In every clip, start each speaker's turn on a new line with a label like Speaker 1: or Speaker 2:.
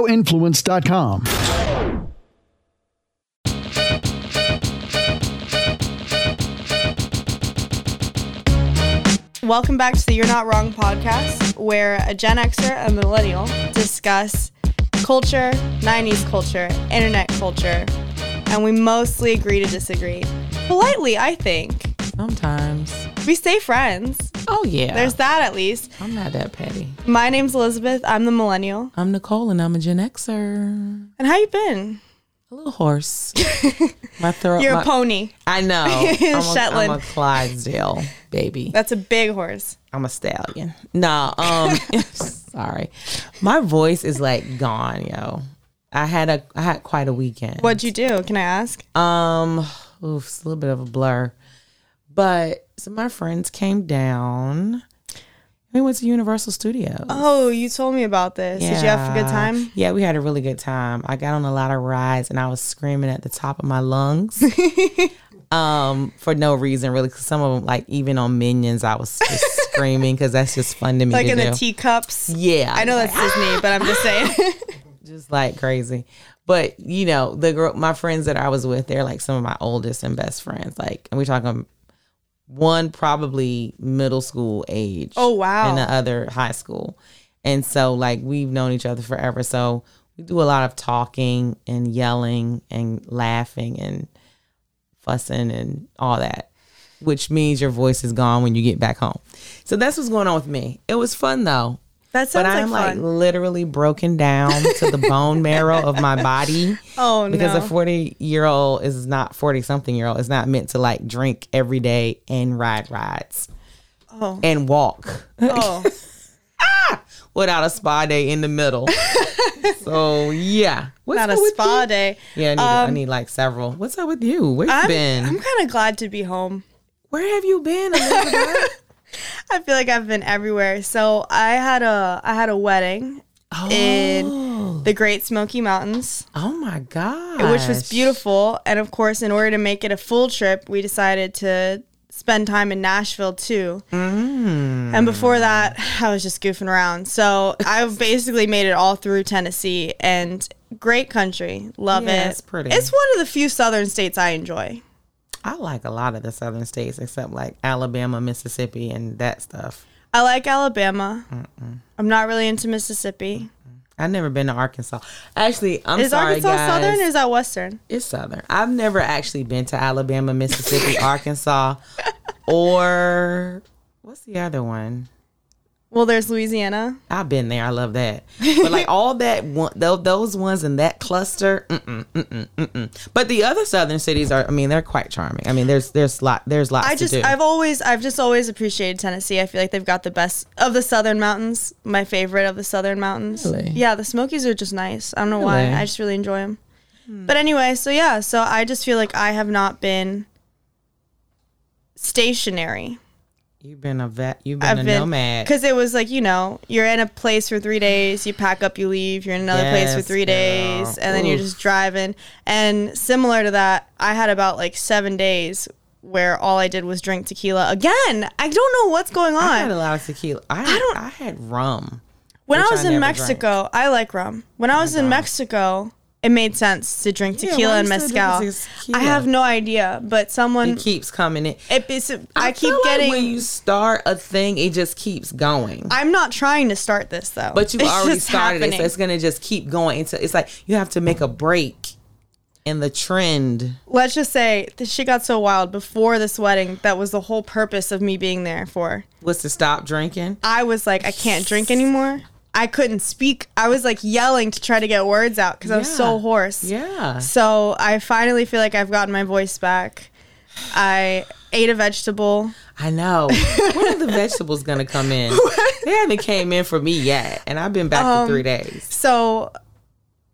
Speaker 1: radioinfluence.com.
Speaker 2: Welcome back to the You're Not Wrong podcast, where a Gen Xer and millennial discuss culture, 90s culture, internet culture, and we mostly agree to disagree. Politely, I think.
Speaker 3: Sometimes.
Speaker 2: We stay friends.
Speaker 3: Oh yeah.
Speaker 2: There's that at least.
Speaker 3: I'm not that petty.
Speaker 2: My name's Elizabeth. I'm the millennial.
Speaker 3: I'm Nicole and I'm a Gen Xer.
Speaker 2: And how you been?
Speaker 3: A little horse. my throat.
Speaker 2: You're
Speaker 3: Uh, my-
Speaker 2: a pony.
Speaker 3: I know. I'm a,
Speaker 2: Shetland.
Speaker 3: I'm a Clydesdale baby.
Speaker 2: That's a big horse.
Speaker 3: I'm a stallion. No, um, sorry, my voice is like gone, yo. I had a I had quite a weekend.
Speaker 2: What'd you do? Can I ask?
Speaker 3: Um, oof, it's a little bit of a blur, but some of my friends came down. We went to Universal Studios.
Speaker 2: Oh, you told me about this. Did you have a good
Speaker 3: Yeah.
Speaker 2: time?
Speaker 3: Yeah, we had a really good time. I got on a lot of rides and I was screaming at the top of my lungs. um, for no reason really 'cause some of them like even on Minions I was just screaming cuz that's just fun to me
Speaker 2: Like
Speaker 3: to
Speaker 2: in the
Speaker 3: do.
Speaker 2: teacups?
Speaker 3: yeah.
Speaker 2: I know that's Disney, but I'm just saying.
Speaker 3: just like crazy. But you know, the girl, my friends that I was with, they're like some of my oldest and best friends. Like, and we're talking one probably middle school age.
Speaker 2: Oh, wow.
Speaker 3: And the other high school. And so, like, we've known each other forever. So we do a lot of talking and yelling and laughing and fussing and all that, which means your voice is gone when you get back home. So that's what's going on with me. It was fun though
Speaker 2: That
Speaker 3: but
Speaker 2: sounds
Speaker 3: I'm
Speaker 2: like
Speaker 3: like
Speaker 2: fun.
Speaker 3: literally broken down to the bone marrow of my body
Speaker 2: oh
Speaker 3: because
Speaker 2: no.
Speaker 3: a 40 year old is not 40 something year old is not meant to like drink every day and ride rides
Speaker 2: Oh.
Speaker 3: and walk
Speaker 2: oh.
Speaker 3: without a spa day in the middle. so yeah, what's
Speaker 2: Not a
Speaker 3: up with
Speaker 2: spa
Speaker 3: you?
Speaker 2: day.
Speaker 3: Yeah, I need, I
Speaker 2: Um,
Speaker 3: need like several. What's up with you? Where you
Speaker 2: I'm,
Speaker 3: been?
Speaker 2: I'm kind of glad to be home.
Speaker 3: Where have you been? Elizabeth?
Speaker 2: I feel like I've been everywhere. So I had a I had a wedding in the Great Smoky Mountains,
Speaker 3: oh my god,
Speaker 2: which was beautiful. And of course, in order to make it a full trip, we decided to spend time in Nashville too.
Speaker 3: Mm.
Speaker 2: And before that, I was just goofing around. So I've basically made it all through Tennessee and great country. Love
Speaker 3: Yeah,
Speaker 2: it.
Speaker 3: it's pretty.
Speaker 2: It's one of the few southern states I enjoy.
Speaker 3: I like a lot of the southern states except like Alabama, Mississippi, and that stuff.
Speaker 2: I like Alabama. I'm not really into Mississippi.
Speaker 3: I've never been to Arkansas. Actually, I'm
Speaker 2: Is
Speaker 3: sorry,
Speaker 2: Arkansas
Speaker 3: guys.
Speaker 2: southern or is that western?
Speaker 3: it's southern. I've never actually been to Alabama, Mississippi, Arkansas, or what's the other one?
Speaker 2: Well, there's Louisiana.
Speaker 3: I've been there. I love that. But like all that one, tho- those ones in that cluster. Mm-mm, mm-mm, mm-mm. But the other southern cities are. I mean, they're quite charming. I mean, there's there's lot there's lots
Speaker 2: I just
Speaker 3: to do.
Speaker 2: I've always I've just always appreciated Tennessee. I feel like they've got the best of the southern mountains. My favorite of the southern mountains.
Speaker 3: Really?
Speaker 2: Yeah, the Smokies are just nice. I don't know why.
Speaker 3: Really?
Speaker 2: I just really enjoy them. But anyway, so yeah, so I just feel like I have not been stationary.
Speaker 3: you've been a vet. You've been a
Speaker 2: I've been
Speaker 3: nomad.
Speaker 2: because it was like you know you're in a place for three days, you pack up, you leave, you're in another place for
Speaker 3: Yes,
Speaker 2: three
Speaker 3: girl.
Speaker 2: days, and then you're
Speaker 3: Oof.
Speaker 2: just driving. And similar to that, I had about like seven days where all I did was drink tequila again. I don't know what's going
Speaker 3: I had
Speaker 2: on.
Speaker 3: a lot of tequila. I,
Speaker 2: don't-
Speaker 3: I had rum.
Speaker 2: when I
Speaker 3: which
Speaker 2: was
Speaker 3: I
Speaker 2: in
Speaker 3: never drank.
Speaker 2: Mexico, I like rum. When I was in Mexico, it made sense to drink
Speaker 3: Yeah, why
Speaker 2: tequila and
Speaker 3: you still drink
Speaker 2: mezcal.
Speaker 3: tequila?
Speaker 2: I have no idea, but someone.
Speaker 3: It keeps coming in.
Speaker 2: It, it's, I, keep
Speaker 3: feel like
Speaker 2: getting.
Speaker 3: when you start a thing, it just keeps going.
Speaker 2: I'm not trying to start this though.
Speaker 3: but you
Speaker 2: It's
Speaker 3: already
Speaker 2: just
Speaker 3: started it, so
Speaker 2: happening.
Speaker 3: it's gonna just keep going until it's like you have to make a break in the trend.
Speaker 2: let's just say that she got so wild before this wedding that was the whole purpose of me being there for.
Speaker 3: Was to stop drinking.
Speaker 2: I was like, I can't drink anymore. I couldn't speak. I was like yelling to try to get words out because I was so
Speaker 3: Yeah.
Speaker 2: hoarse.
Speaker 3: Yeah.
Speaker 2: So I finally feel like I've gotten my voice back. I ate a vegetable.
Speaker 3: I know. when are the vegetables gonna come in? they haven't came in for me yet, and I've been back
Speaker 2: Um,
Speaker 3: for three days.
Speaker 2: So,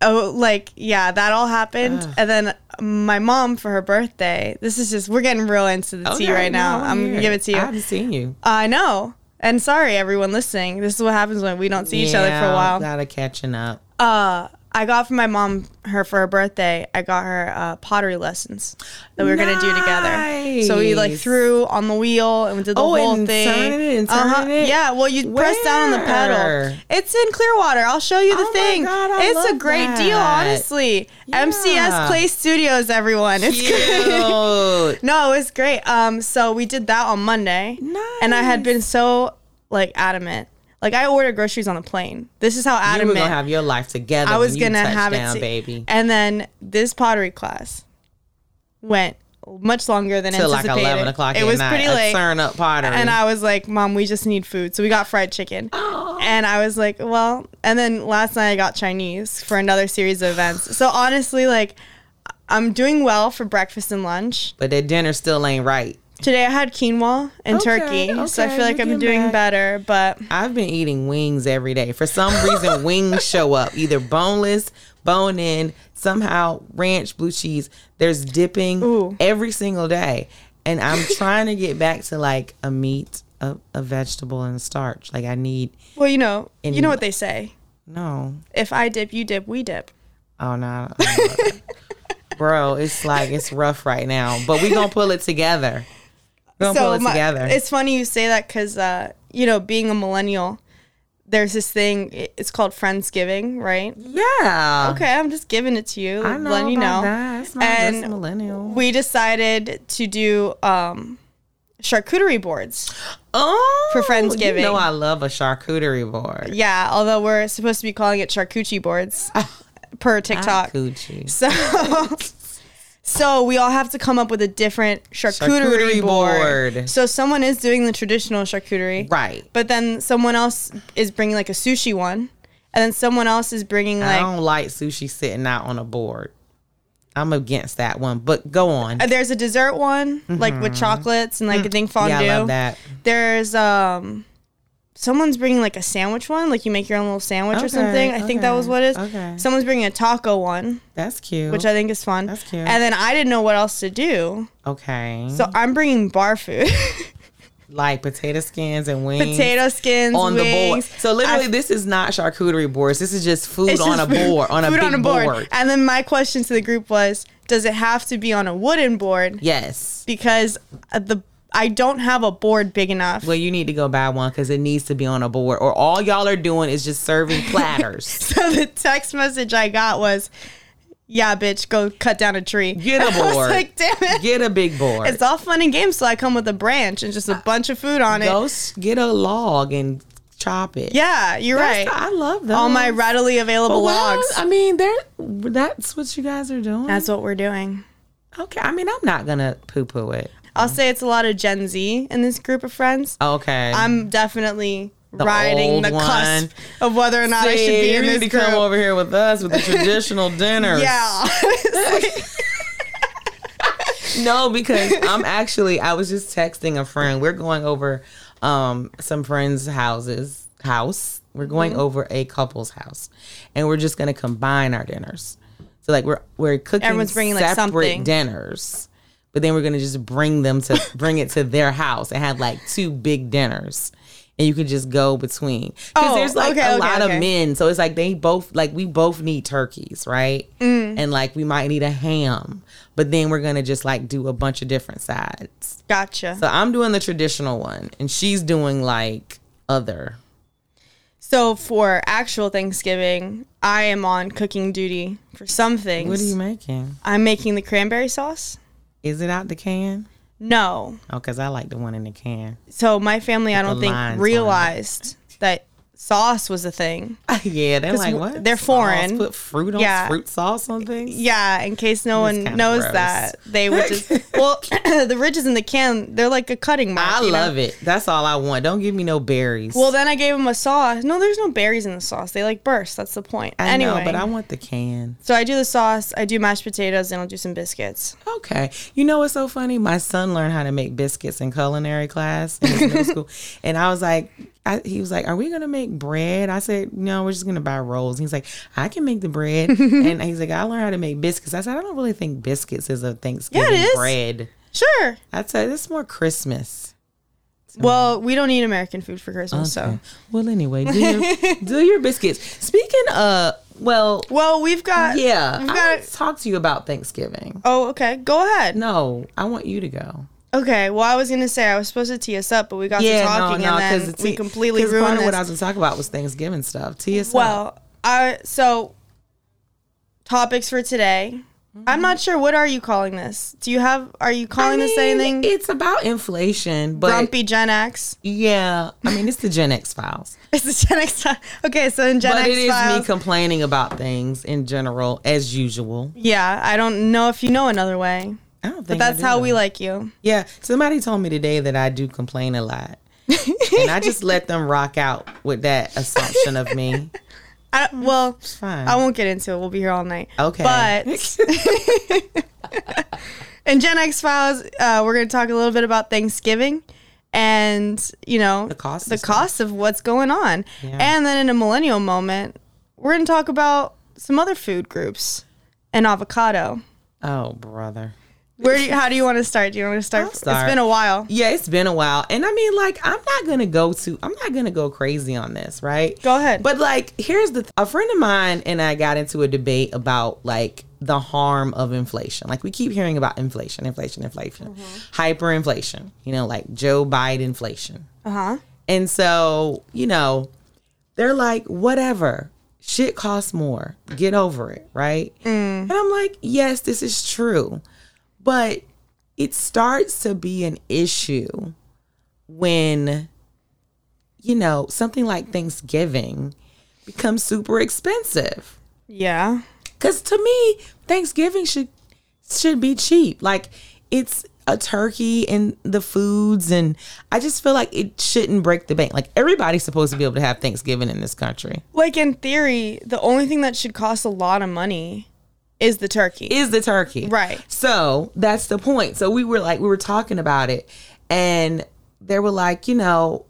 Speaker 2: oh, like, yeah, that all happened. And then my mom for her birthday, this is just, we're getting real into the tea
Speaker 3: Okay,
Speaker 2: right now.
Speaker 3: no,
Speaker 2: I'm going to
Speaker 3: here.
Speaker 2: give it to you.
Speaker 3: I haven't seen you
Speaker 2: I know. And sorry, everyone listening. This is what happens when we don't see each other for a
Speaker 3: Yeah,
Speaker 2: while.
Speaker 3: Gotta catching up.
Speaker 2: Uh, I got for my mom her for her birthday. I got her uh, pottery lessons that we were gonna do together. So we like
Speaker 3: Nice.
Speaker 2: threw on the wheel and we did the
Speaker 3: Oh,
Speaker 2: whole
Speaker 3: and
Speaker 2: thing.
Speaker 3: turning it and
Speaker 2: Uh-huh.
Speaker 3: turning it?
Speaker 2: Yeah, well you press down on the pedal.
Speaker 3: Where?
Speaker 2: It's in Clearwater. I'll show you the
Speaker 3: Oh my
Speaker 2: thing.
Speaker 3: God, I
Speaker 2: it's a
Speaker 3: love
Speaker 2: great deal,
Speaker 3: that.
Speaker 2: honestly. MCS
Speaker 3: Yeah.
Speaker 2: Play Studios, everyone. It's good.
Speaker 3: Cute.
Speaker 2: No, it was great. Um, so we did that on Monday, and I had
Speaker 3: Nice.
Speaker 2: been so like adamant. Like I ordered groceries on the plane. This is how
Speaker 3: You were
Speaker 2: adamant
Speaker 3: gonna have your life together.
Speaker 2: I was
Speaker 3: when you
Speaker 2: gonna
Speaker 3: touched
Speaker 2: have it,
Speaker 3: down,
Speaker 2: to-
Speaker 3: baby.
Speaker 2: And then this pottery class went much longer than
Speaker 3: Till like
Speaker 2: anticipated.
Speaker 3: eleven o'clock.
Speaker 2: It
Speaker 3: at
Speaker 2: was
Speaker 3: night,
Speaker 2: pretty
Speaker 3: a
Speaker 2: late,
Speaker 3: Turn up pottery.
Speaker 2: and I was like, "Mom, we just need food," so we got fried chicken. And I was like, "Well," and then last night I got Chinese for another series of events. So honestly, like, I'm doing well for breakfast and lunch.
Speaker 3: but that dinner still ain't right.
Speaker 2: Today I had quinoa and
Speaker 3: Okay,
Speaker 2: turkey, so I
Speaker 3: okay,
Speaker 2: feel like
Speaker 3: you're
Speaker 2: I'm
Speaker 3: getting
Speaker 2: doing
Speaker 3: back.
Speaker 2: better. But
Speaker 3: I've been eating wings every day. For some reason, wings show up either boneless, bone in, somehow ranch, blue cheese. There's dipping
Speaker 2: Ooh.
Speaker 3: every single day. And I'm trying to get back to like a meat, a, a vegetable, and a starch. Like I need,
Speaker 2: well, you know, you know
Speaker 3: Anyway.
Speaker 2: what they say:
Speaker 3: no.
Speaker 2: if I dip, you dip, we dip.
Speaker 3: Oh, no. I don't- I don't want that. Bro, it's like, it's rough right now, but we going to pull it together. we going to pull it
Speaker 2: my-
Speaker 3: together.
Speaker 2: It's funny you say that because uh, you know, being a millennial, there's this thing. i- It's called friendsgiving, right?
Speaker 3: yeah.
Speaker 2: Okay, I'm just giving it to you,
Speaker 3: Mm. I know.
Speaker 2: letting you
Speaker 3: about
Speaker 2: know.
Speaker 3: That. It's not
Speaker 2: And
Speaker 3: just millennial.
Speaker 2: We decided to do um, charcuterie boards.
Speaker 3: Oh,
Speaker 2: for Friendsgiving.
Speaker 3: You know I love a charcuterie board.
Speaker 2: Yeah, although we're supposed to be calling it charcuterie boards
Speaker 3: Ah,
Speaker 2: per TikTok.
Speaker 3: Coochie.
Speaker 2: So, so we all have to come up with a different charcuterie,
Speaker 3: Charcuterie
Speaker 2: board.
Speaker 3: board.
Speaker 2: So someone is doing the traditional charcuterie,
Speaker 3: Right.
Speaker 2: But then someone else is bringing like a sushi one, and then someone else is bringing
Speaker 3: I
Speaker 2: like
Speaker 3: don't like sushi sitting out on a board. I'm against that one, but go on.
Speaker 2: uh, there's a dessert one like with chocolates and like I think fondue.
Speaker 3: Mm-hmm. Mm. Yeah, I love that.
Speaker 2: There's um. Someone's bringing like a sandwich one, like you make your own little sandwich or
Speaker 3: Okay,
Speaker 2: something. I think that
Speaker 3: okay,
Speaker 2: was what it is.
Speaker 3: okay.
Speaker 2: Someone's bringing a taco one,
Speaker 3: That's cute.
Speaker 2: which I think is fun.
Speaker 3: That's cute. Mm.
Speaker 2: And then I didn't know what else to do.
Speaker 3: okay.
Speaker 2: So I'm bringing bar food,
Speaker 3: like potato skins and wings.
Speaker 2: potato skins
Speaker 3: on the board.
Speaker 2: wings.
Speaker 3: So literally, this is not charcuterie boards. This is just food
Speaker 2: It's
Speaker 3: on
Speaker 2: just
Speaker 3: a board, on a
Speaker 2: food
Speaker 3: big board.
Speaker 2: And then my question to the group was, does it have to be on a wooden board?
Speaker 3: Yes.
Speaker 2: Because uh, the I don't have a board big enough.
Speaker 3: Well, you need to go buy one because it needs to be on a board, or all y'all are doing is just serving platters.
Speaker 2: So the text message I got was, "Yeah, bitch, go cut down a tree."
Speaker 3: Get a
Speaker 2: And I was
Speaker 3: board.
Speaker 2: like, damn it.
Speaker 3: Get a big board.
Speaker 2: it's all fun and games, so I come with a branch and
Speaker 3: Uh,
Speaker 2: just a bunch of food on
Speaker 3: Go
Speaker 2: it.
Speaker 3: s- get a log and chop it.
Speaker 2: Yeah, you're
Speaker 3: That's-
Speaker 2: right.
Speaker 3: I love that.
Speaker 2: All my readily available logs.
Speaker 3: I mean, there. That's what you guys are doing.
Speaker 2: That's what we're doing.
Speaker 3: okay. I mean, I'm not gonna poo poo it.
Speaker 2: I'll say it's a lot of Gen Z in this group of friends.
Speaker 3: Okay.
Speaker 2: I'm definitely riding
Speaker 3: old
Speaker 2: the cusp
Speaker 3: one.
Speaker 2: of whether or not I should
Speaker 3: See,
Speaker 2: be
Speaker 3: you
Speaker 2: in
Speaker 3: need
Speaker 2: this
Speaker 3: to
Speaker 2: group.
Speaker 3: come over here with us with the traditional dinners.
Speaker 2: Yeah, honestly.
Speaker 3: No, because I'm actually I was just texting a friend. We're going over um some friends' houses house. We're going
Speaker 2: Mm-hmm.
Speaker 3: over a couple's house, and we're just gonna combine our dinners. So like we're we're cooking
Speaker 2: Everyone's bringing, like,
Speaker 3: separate
Speaker 2: something.
Speaker 3: dinners, but then we're gonna just bring them to bring it to their house and have like two big dinners. And you could just go between because
Speaker 2: Oh,
Speaker 3: there's like
Speaker 2: okay,
Speaker 3: a
Speaker 2: okay,
Speaker 3: lot
Speaker 2: okay.
Speaker 3: of men, so it's like they both like we both need turkeys, right?
Speaker 2: Mm.
Speaker 3: And like we might need a ham, but then we're gonna just like do a bunch of different sides.
Speaker 2: gotcha. So,
Speaker 3: So I'm doing the traditional one, and she's doing like other.
Speaker 2: for actual Thanksgiving, I am on cooking duty for some things.
Speaker 3: What are you making?
Speaker 2: I'm making the cranberry sauce.
Speaker 3: Is it out the can?
Speaker 2: No,
Speaker 3: Oh, cause I like the one in the can.
Speaker 2: so my family, I don't
Speaker 3: the
Speaker 2: think
Speaker 3: lines on it.
Speaker 2: realized that sauce was a thing.
Speaker 3: yeah, they're like what?
Speaker 2: they're
Speaker 3: Sauce?
Speaker 2: foreign.
Speaker 3: Put fruit on
Speaker 2: Yeah.
Speaker 3: fruit sauce on things.
Speaker 2: Yeah, in case no one
Speaker 3: kinda
Speaker 2: knows
Speaker 3: gross.
Speaker 2: that, they would just well, the ridges in the can, they're like a cutting mark.
Speaker 3: I
Speaker 2: you know?
Speaker 3: love it. That's all I want. Don't give me no berries.
Speaker 2: Well, then I gave him a sauce. No, there's no berries in the sauce. They like burst. That's the point.
Speaker 3: I
Speaker 2: anyway,
Speaker 3: know, but I want the can.
Speaker 2: so I do the sauce. I do mashed potatoes, and I'll do some biscuits.
Speaker 3: Okay. You know what's so funny? My son learned how to make biscuits in culinary class in his middle school. And I was like, I, he was like, Are we going to make bread? I said, No, we're just going to buy rolls. And he's like, I can make the bread. and he's like, I learned how to make biscuits. I said, I don't really think biscuits is a Thanksgiving
Speaker 2: is.
Speaker 3: bread.
Speaker 2: Sure.
Speaker 3: I said, It's more Christmas.
Speaker 2: Well, we don't eat American food for Christmas, so
Speaker 3: Well, anyway, do your, do your biscuits. Speaking of Well,
Speaker 2: Well, we've got
Speaker 3: yeah.
Speaker 2: We've
Speaker 3: I
Speaker 2: got
Speaker 3: want to talk to you about Thanksgiving.
Speaker 2: Oh, okay. Go ahead.
Speaker 3: No, I want you to go.
Speaker 2: Okay. Well, I was gonna say I was supposed to tee us up, but we got to talking and then
Speaker 3: it's e-
Speaker 2: we completely
Speaker 3: part
Speaker 2: ruined
Speaker 3: of
Speaker 2: this.
Speaker 3: what I was going to talk about was Thanksgiving stuff. TSL.
Speaker 2: well, I so topics for today.
Speaker 3: Mm-hmm.
Speaker 2: I'm not sure what are you calling this. Do you have? Are you calling this anything?
Speaker 3: It's about inflation, but
Speaker 2: Grumpy Gen X.
Speaker 3: yeah, I mean it's the Gen X files.
Speaker 2: It's the Gen X. time. Okay, so in Gen
Speaker 3: but
Speaker 2: X
Speaker 3: it is
Speaker 2: files,
Speaker 3: me complaining about things in general as usual.
Speaker 2: yeah, I don't know if you know another way,
Speaker 3: I don't
Speaker 2: but
Speaker 3: think
Speaker 2: that's
Speaker 3: I do.
Speaker 2: how we like you.
Speaker 3: Yeah, somebody told me today that I do complain a lot. and I just let them rock out with that assumption of me.
Speaker 2: I, well,
Speaker 3: It's fine.
Speaker 2: I won't get into it. We'll be here all night.
Speaker 3: Okay.
Speaker 2: But in Gen X Files, uh, we're going to talk a little bit about Thanksgiving and, you know, the
Speaker 3: cost of
Speaker 2: the
Speaker 3: stuff.
Speaker 2: cost of what's going on.
Speaker 3: Yeah.
Speaker 2: And then in a millennial moment, we're going to talk about some other food groups and avocado.
Speaker 3: oh, brother.
Speaker 2: Where do you, how do you want to start? Do you want me to start?
Speaker 3: I'll start.
Speaker 2: It's been a while.
Speaker 3: Yeah, it's been a while. And I mean, like, I'm not gonna go to I'm not gonna go crazy on this, right?
Speaker 2: Go ahead.
Speaker 3: But like, here's the th- a friend of mine and I got into a debate about like the harm of inflation. Like we keep hearing about inflation, inflation, inflation,
Speaker 2: Mm-hmm.
Speaker 3: hyperinflation. You know, like Joe Biden inflation.
Speaker 2: Uh huh.
Speaker 3: And so, you know, they're like, whatever, shit costs more. Get over it, right?
Speaker 2: Mm.
Speaker 3: And I'm like, yes, this is true. But it starts to be an issue when, you know, something like Thanksgiving becomes super expensive.
Speaker 2: Yeah.
Speaker 3: Cause to me, Thanksgiving should should be cheap. Like it's a turkey and the foods, and I just feel like it shouldn't break the bank. Like everybody's supposed to be able to have Thanksgiving in this country.
Speaker 2: Like in theory, the only thing that should cost a lot of money is the turkey.
Speaker 3: Is the turkey
Speaker 2: Right.
Speaker 3: So that's the point. So we were like, we were talking about it, and they were like, you know,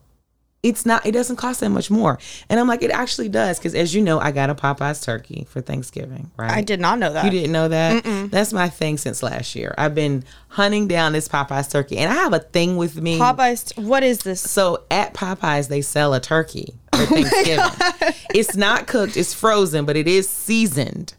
Speaker 3: it's not, it doesn't cost that much more. And I'm like, it actually does, because as you know, I got a Popeyes turkey for Thanksgiving, right?
Speaker 2: I did not know that.
Speaker 3: You didn't know that? That's my thing since last year. I've been hunting down this Popeyes turkey, and I have a thing with me.
Speaker 2: Popeyes. What is this?
Speaker 3: so at Popeyes, they sell a turkey
Speaker 2: Oh
Speaker 3: for Thanksgiving. It's not cooked, it's frozen, but it is seasoned.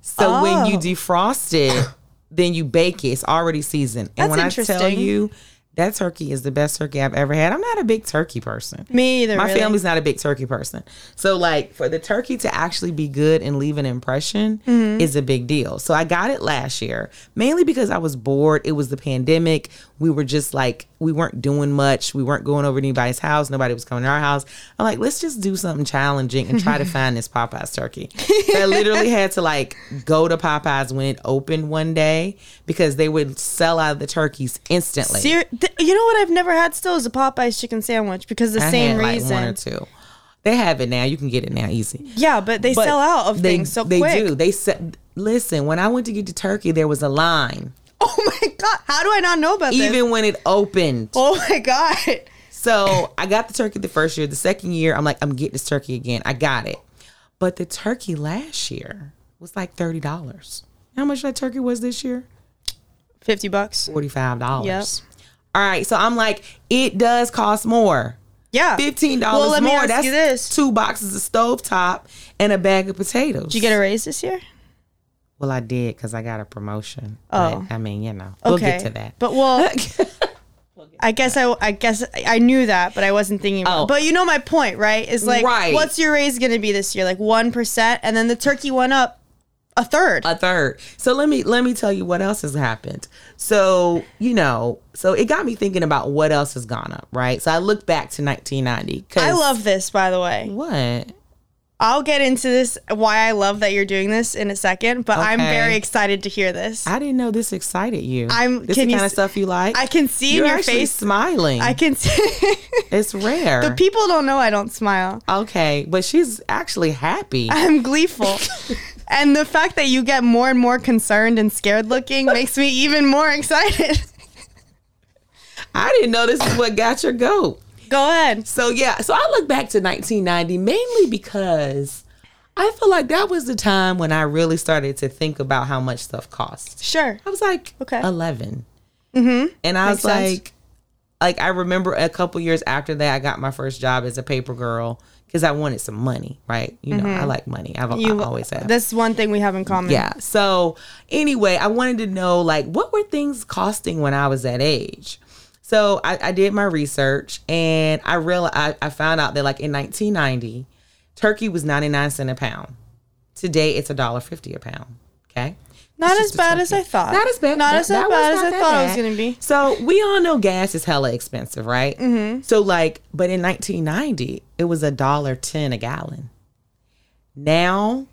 Speaker 3: So when you
Speaker 2: Oh.
Speaker 3: defrost it, then you bake it. It's already seasoned.
Speaker 2: That's
Speaker 3: And when I tell
Speaker 2: interesting.
Speaker 3: you, that turkey is the best turkey I've ever had. I'm not a big turkey person.
Speaker 2: Me either.
Speaker 3: My
Speaker 2: really.
Speaker 3: family's not a big turkey person. So like for the turkey to actually be good and leave an impression
Speaker 2: Mm-hmm.
Speaker 3: is a big deal. So I got it last year, mainly because I was bored. It was the pandemic. We were just like we weren't doing much. We weren't going over to anybody's house. Nobody was coming to our house. I'm like, let's just do something challenging and try to find this Popeyes turkey. So I literally had to like go to Popeyes when it opened one day because they would sell out the turkeys instantly.
Speaker 2: Ser- th- you know what I've never had still is a Popeyes chicken sandwich because the
Speaker 3: I
Speaker 2: same
Speaker 3: had, like,
Speaker 2: reason.
Speaker 3: one or two. They have it now. You can get it now easy.
Speaker 2: yeah, but they
Speaker 3: But
Speaker 2: sell out of things so
Speaker 3: they
Speaker 2: quick.
Speaker 3: do. They said, listen, when I went to get the turkey, there was a line,
Speaker 2: Oh my god! How do I not know about this?
Speaker 3: even when it opened.
Speaker 2: Oh my god!
Speaker 3: So I got the turkey the first year. The second year, I'm like, I'm getting this turkey again. I got it. But the turkey last year was like thirty dollars. How much that turkey was this year?
Speaker 2: Fifty bucks.
Speaker 3: Forty five dollars.
Speaker 2: Yep.
Speaker 3: All right. So I'm like, it does cost more.
Speaker 2: Yeah,
Speaker 3: Fifteen dollars
Speaker 2: Well, let
Speaker 3: more.
Speaker 2: me ask
Speaker 3: That's
Speaker 2: you this:
Speaker 3: two boxes of stovetop and a bag of potatoes.
Speaker 2: Did you get a raise this year?
Speaker 3: Well, I did because I got a promotion.
Speaker 2: Oh.
Speaker 3: But, I mean, you know,
Speaker 2: Okay,
Speaker 3: we'll get to that.
Speaker 2: But well, I guess I, I guess I knew that, but I wasn't thinking about.
Speaker 3: Oh.
Speaker 2: But you know my point, right? Is like,
Speaker 3: Right.
Speaker 2: what's your raise going to be this year? Like one percent, and then the turkey went up a third.
Speaker 3: a third. So let me let me tell you what else has happened. So you know, so it got me thinking about what else has gone up, right? So I look back to 1990. 'cause-
Speaker 2: I love this, by the way.
Speaker 3: what.
Speaker 2: I'll get into this why I love that you're doing this in a second, but I'm
Speaker 3: Okay.
Speaker 2: very excited to hear this. I,
Speaker 3: I didn't know this excited you.
Speaker 2: I'm-
Speaker 3: this
Speaker 2: can
Speaker 3: the
Speaker 2: you
Speaker 3: kind
Speaker 2: s-
Speaker 3: of stuff you like.
Speaker 2: can see
Speaker 3: You're
Speaker 2: in your
Speaker 3: actually
Speaker 2: face.
Speaker 3: smiling.
Speaker 2: I can see.
Speaker 3: it's rare.
Speaker 2: People don't know I don't smile.
Speaker 3: okay, but she's actually happy.
Speaker 2: I'm gleeful. and the fact that you get more and more concerned and scared looking makes me even more excited.
Speaker 3: I didn't know this is what got your goat.
Speaker 2: Go ahead.
Speaker 3: So yeah, so I look back to 1990 mainly because I feel like that was the time when I really started to think about how much stuff costs.
Speaker 2: Sure.
Speaker 3: I was like,
Speaker 2: Okay.
Speaker 3: 11. Mm-hmm. And I
Speaker 2: Makes
Speaker 3: was
Speaker 2: sense.
Speaker 3: like, like I remember a couple years after that, I got my first job as a paper girl because I wanted some money, right? You know, I like money. I've
Speaker 2: Mm-hmm. You
Speaker 3: I always have.
Speaker 2: That's one thing we have in common.
Speaker 3: Yeah. So anyway, I wanted to know like what were things costing when I was that age. So I, I did my research and I real I, I found out that like in 1990, turkey was 99 cent a pound. Today it's a dollar fifty a pound. Okay.
Speaker 2: Not
Speaker 3: It's
Speaker 2: as
Speaker 3: just a
Speaker 2: bad as I
Speaker 3: turkey.
Speaker 2: thought.
Speaker 3: Not as bad.
Speaker 2: Not
Speaker 3: that-
Speaker 2: as bad
Speaker 3: that was
Speaker 2: as
Speaker 3: not
Speaker 2: I
Speaker 3: that
Speaker 2: thought it was
Speaker 3: bad.
Speaker 2: gonna be.
Speaker 3: So we all know gas is hella expensive, right? Mm-hmm. So like, but in 1990, it was a dollar ten a gallon. Now,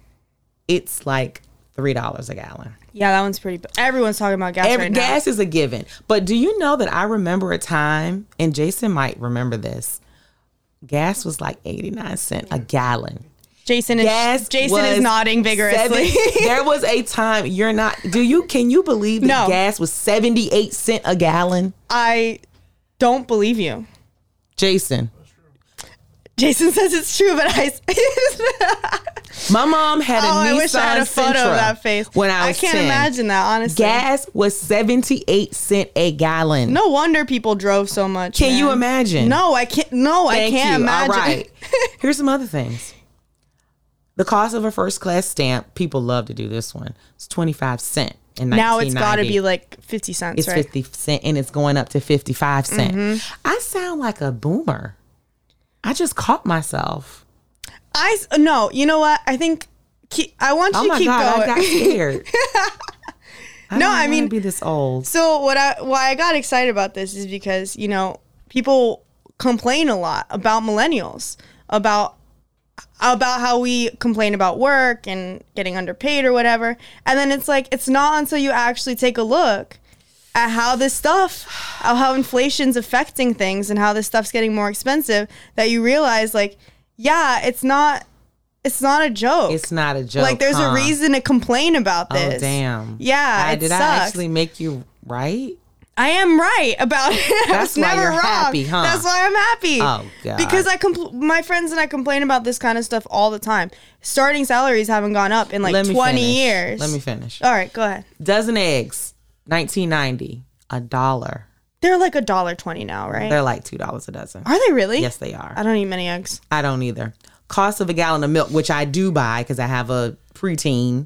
Speaker 3: it's like three dollars a gallon.
Speaker 2: Yeah, that one's pretty. But everyone's talking about gas
Speaker 3: Every,
Speaker 2: right now.
Speaker 3: gas is a given. But do you know that I remember a time, and Jason might remember this. Gas was like 89 cent a gallon.
Speaker 2: Jason is
Speaker 3: Gas
Speaker 2: Jason is
Speaker 3: was
Speaker 2: nodding vigorously.
Speaker 3: seven- there was a time you're not do you can you believe that
Speaker 2: No.
Speaker 3: gas was 78 cent a gallon?
Speaker 2: I don't believe you.
Speaker 3: Jason.
Speaker 2: Jason says it's true, but I
Speaker 3: My mom had a
Speaker 2: oh,
Speaker 3: Nissan
Speaker 2: I wish I had a photo
Speaker 3: Sentra
Speaker 2: of that face.
Speaker 3: when I was
Speaker 2: can't
Speaker 3: 10.
Speaker 2: imagine that honestly.
Speaker 3: Gas was 78 cent a gallon.
Speaker 2: No wonder people drove so much.
Speaker 3: Can you
Speaker 2: man.
Speaker 3: imagine?
Speaker 2: No, I can't. No,
Speaker 3: Thank
Speaker 2: I can't
Speaker 3: you.
Speaker 2: imagine.
Speaker 3: All right. Here's some other things. The cost of a first class stamp, people love to do this one. It's 25 cent in
Speaker 2: now it's got to
Speaker 3: 1990.
Speaker 2: be like fifty cents,
Speaker 3: it's
Speaker 2: right? Mm-hmm.
Speaker 3: 50 cent and it's going up to 55 cent. I sound like a boomer. I just caught myself.
Speaker 2: I s- no. You know what? I think keep, I want you
Speaker 3: Oh
Speaker 2: to
Speaker 3: my
Speaker 2: keep
Speaker 3: god,
Speaker 2: going.
Speaker 3: I got scared. I
Speaker 2: No,
Speaker 3: don't
Speaker 2: I
Speaker 3: wanna
Speaker 2: mean-
Speaker 3: be this old.
Speaker 2: So what I why I got excited about this is because you know people complain a lot about millennials about about how we complain about work and getting underpaid or whatever and then it's like it's not until you actually take a look at how this stuff how how inflation's affecting things and how this stuff's getting more expensive that you realize like yeah it's not it's not a joke
Speaker 3: It's not a joke.
Speaker 2: like there's
Speaker 3: huh?
Speaker 2: a reason to complain about this
Speaker 3: Oh damn.
Speaker 2: yeah
Speaker 3: I,
Speaker 2: it
Speaker 3: did
Speaker 2: sucks.
Speaker 3: I actually make you right?
Speaker 2: I am right about it. I
Speaker 3: That's
Speaker 2: was
Speaker 3: why
Speaker 2: never
Speaker 3: you're
Speaker 2: wrong.
Speaker 3: happy, huh?
Speaker 2: That's why I'm happy.
Speaker 3: Oh, God.
Speaker 2: Because I compl- my friends and I complain about this kind of stuff all the time. Starting salaries haven't gone up in like
Speaker 3: Let me
Speaker 2: 20
Speaker 3: finish.
Speaker 2: years. Oh,
Speaker 3: Let me finish.
Speaker 2: all right, go ahead.
Speaker 3: dozen eggs 1990 a dollar
Speaker 2: They're like a dollar twenty now, right?
Speaker 3: they're like two dollars a dozen
Speaker 2: Are they really?
Speaker 3: yes they are
Speaker 2: I don't eat many eggs.
Speaker 3: i don't either cost of a gallon of milk which i do buy because i have a preteen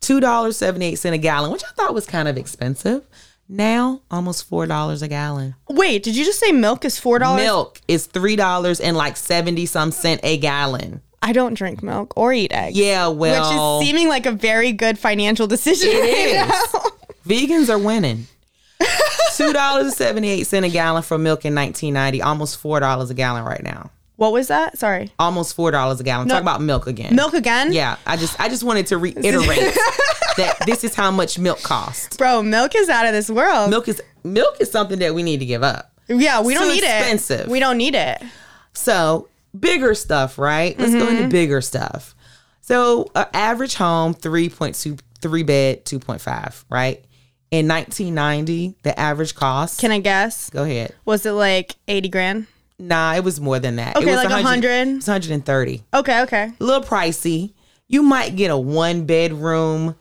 Speaker 3: two dollars 78 cent a gallon which i thought was kind of expensive now almost four dollars a gallon
Speaker 2: Wait, did you just say milk is four dollars?
Speaker 3: milk is three dollars and like 70 some cent a gallon
Speaker 2: I don't drink milk or eat eggs.
Speaker 3: yeah well
Speaker 2: Which is seeming like a very good financial decision
Speaker 3: It
Speaker 2: right
Speaker 3: is.
Speaker 2: now.
Speaker 3: Vegans are winning. Two dollars and seventy eight cent a gallon for milk in nineteen ninety, almost four dollars a gallon right now.
Speaker 2: What was that? Sorry.
Speaker 3: Almost four dollars a gallon. Talk about milk again.
Speaker 2: Milk again?
Speaker 3: Yeah, I just I just wanted to reiterate that this is how much milk costs.
Speaker 2: Bro, milk is out of this world.
Speaker 3: Milk is milk is something that we need to give up.
Speaker 2: yeah, we
Speaker 3: It's
Speaker 2: don't
Speaker 3: too
Speaker 2: need
Speaker 3: expensive.
Speaker 2: it. We don't need it.
Speaker 3: So bigger stuff, right? Let's go
Speaker 2: Mm-hmm.
Speaker 3: into bigger stuff. So uh, average home, 3.2, three bed, 2.5, right? In 1990, the average cost,
Speaker 2: Can I guess?
Speaker 3: go ahead.
Speaker 2: Was it like 80 grand?
Speaker 3: Nah, it was more than that.
Speaker 2: Okay,
Speaker 3: it was
Speaker 2: like 100?
Speaker 3: It was 130.
Speaker 2: Okay, okay.
Speaker 3: A little pricey. You might get a one bedroom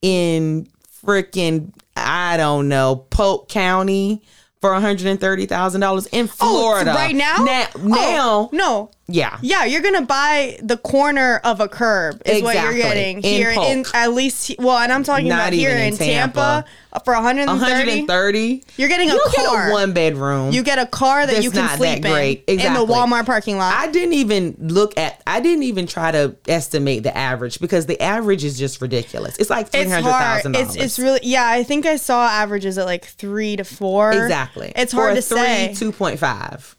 Speaker 3: in freaking, I don't know, Polk County for $130,000 in Florida.
Speaker 2: Oh, right now?
Speaker 3: Oh, Now, now
Speaker 2: Oh, no.
Speaker 3: yeah.
Speaker 2: Yeah, you're going to buy the corner of a curb is what you're
Speaker 3: Exactly.
Speaker 2: getting
Speaker 3: In
Speaker 2: here in
Speaker 3: Polk.
Speaker 2: at least he- well, and I'm talking
Speaker 3: Not
Speaker 2: about here
Speaker 3: even in
Speaker 2: in Tampa, for 130.
Speaker 3: 130
Speaker 2: You're getting a
Speaker 3: You get
Speaker 2: car.
Speaker 3: one bedroom.
Speaker 2: You get a car that
Speaker 3: That's
Speaker 2: you can
Speaker 3: not
Speaker 2: sleep
Speaker 3: that great.
Speaker 2: in in the
Speaker 3: Exactly.
Speaker 2: Walmart parking lot.
Speaker 3: I didn't even look at. I didn't even try to estimate the average because the average is just ridiculous. It's like three
Speaker 2: it's
Speaker 3: hundred thousand
Speaker 2: hard. It's
Speaker 3: dollars.
Speaker 2: it's really yeah. I think I saw averages at like three to four.
Speaker 3: exactly.
Speaker 2: It's
Speaker 3: For
Speaker 2: hard to
Speaker 3: a three,
Speaker 2: say.
Speaker 3: Two point five,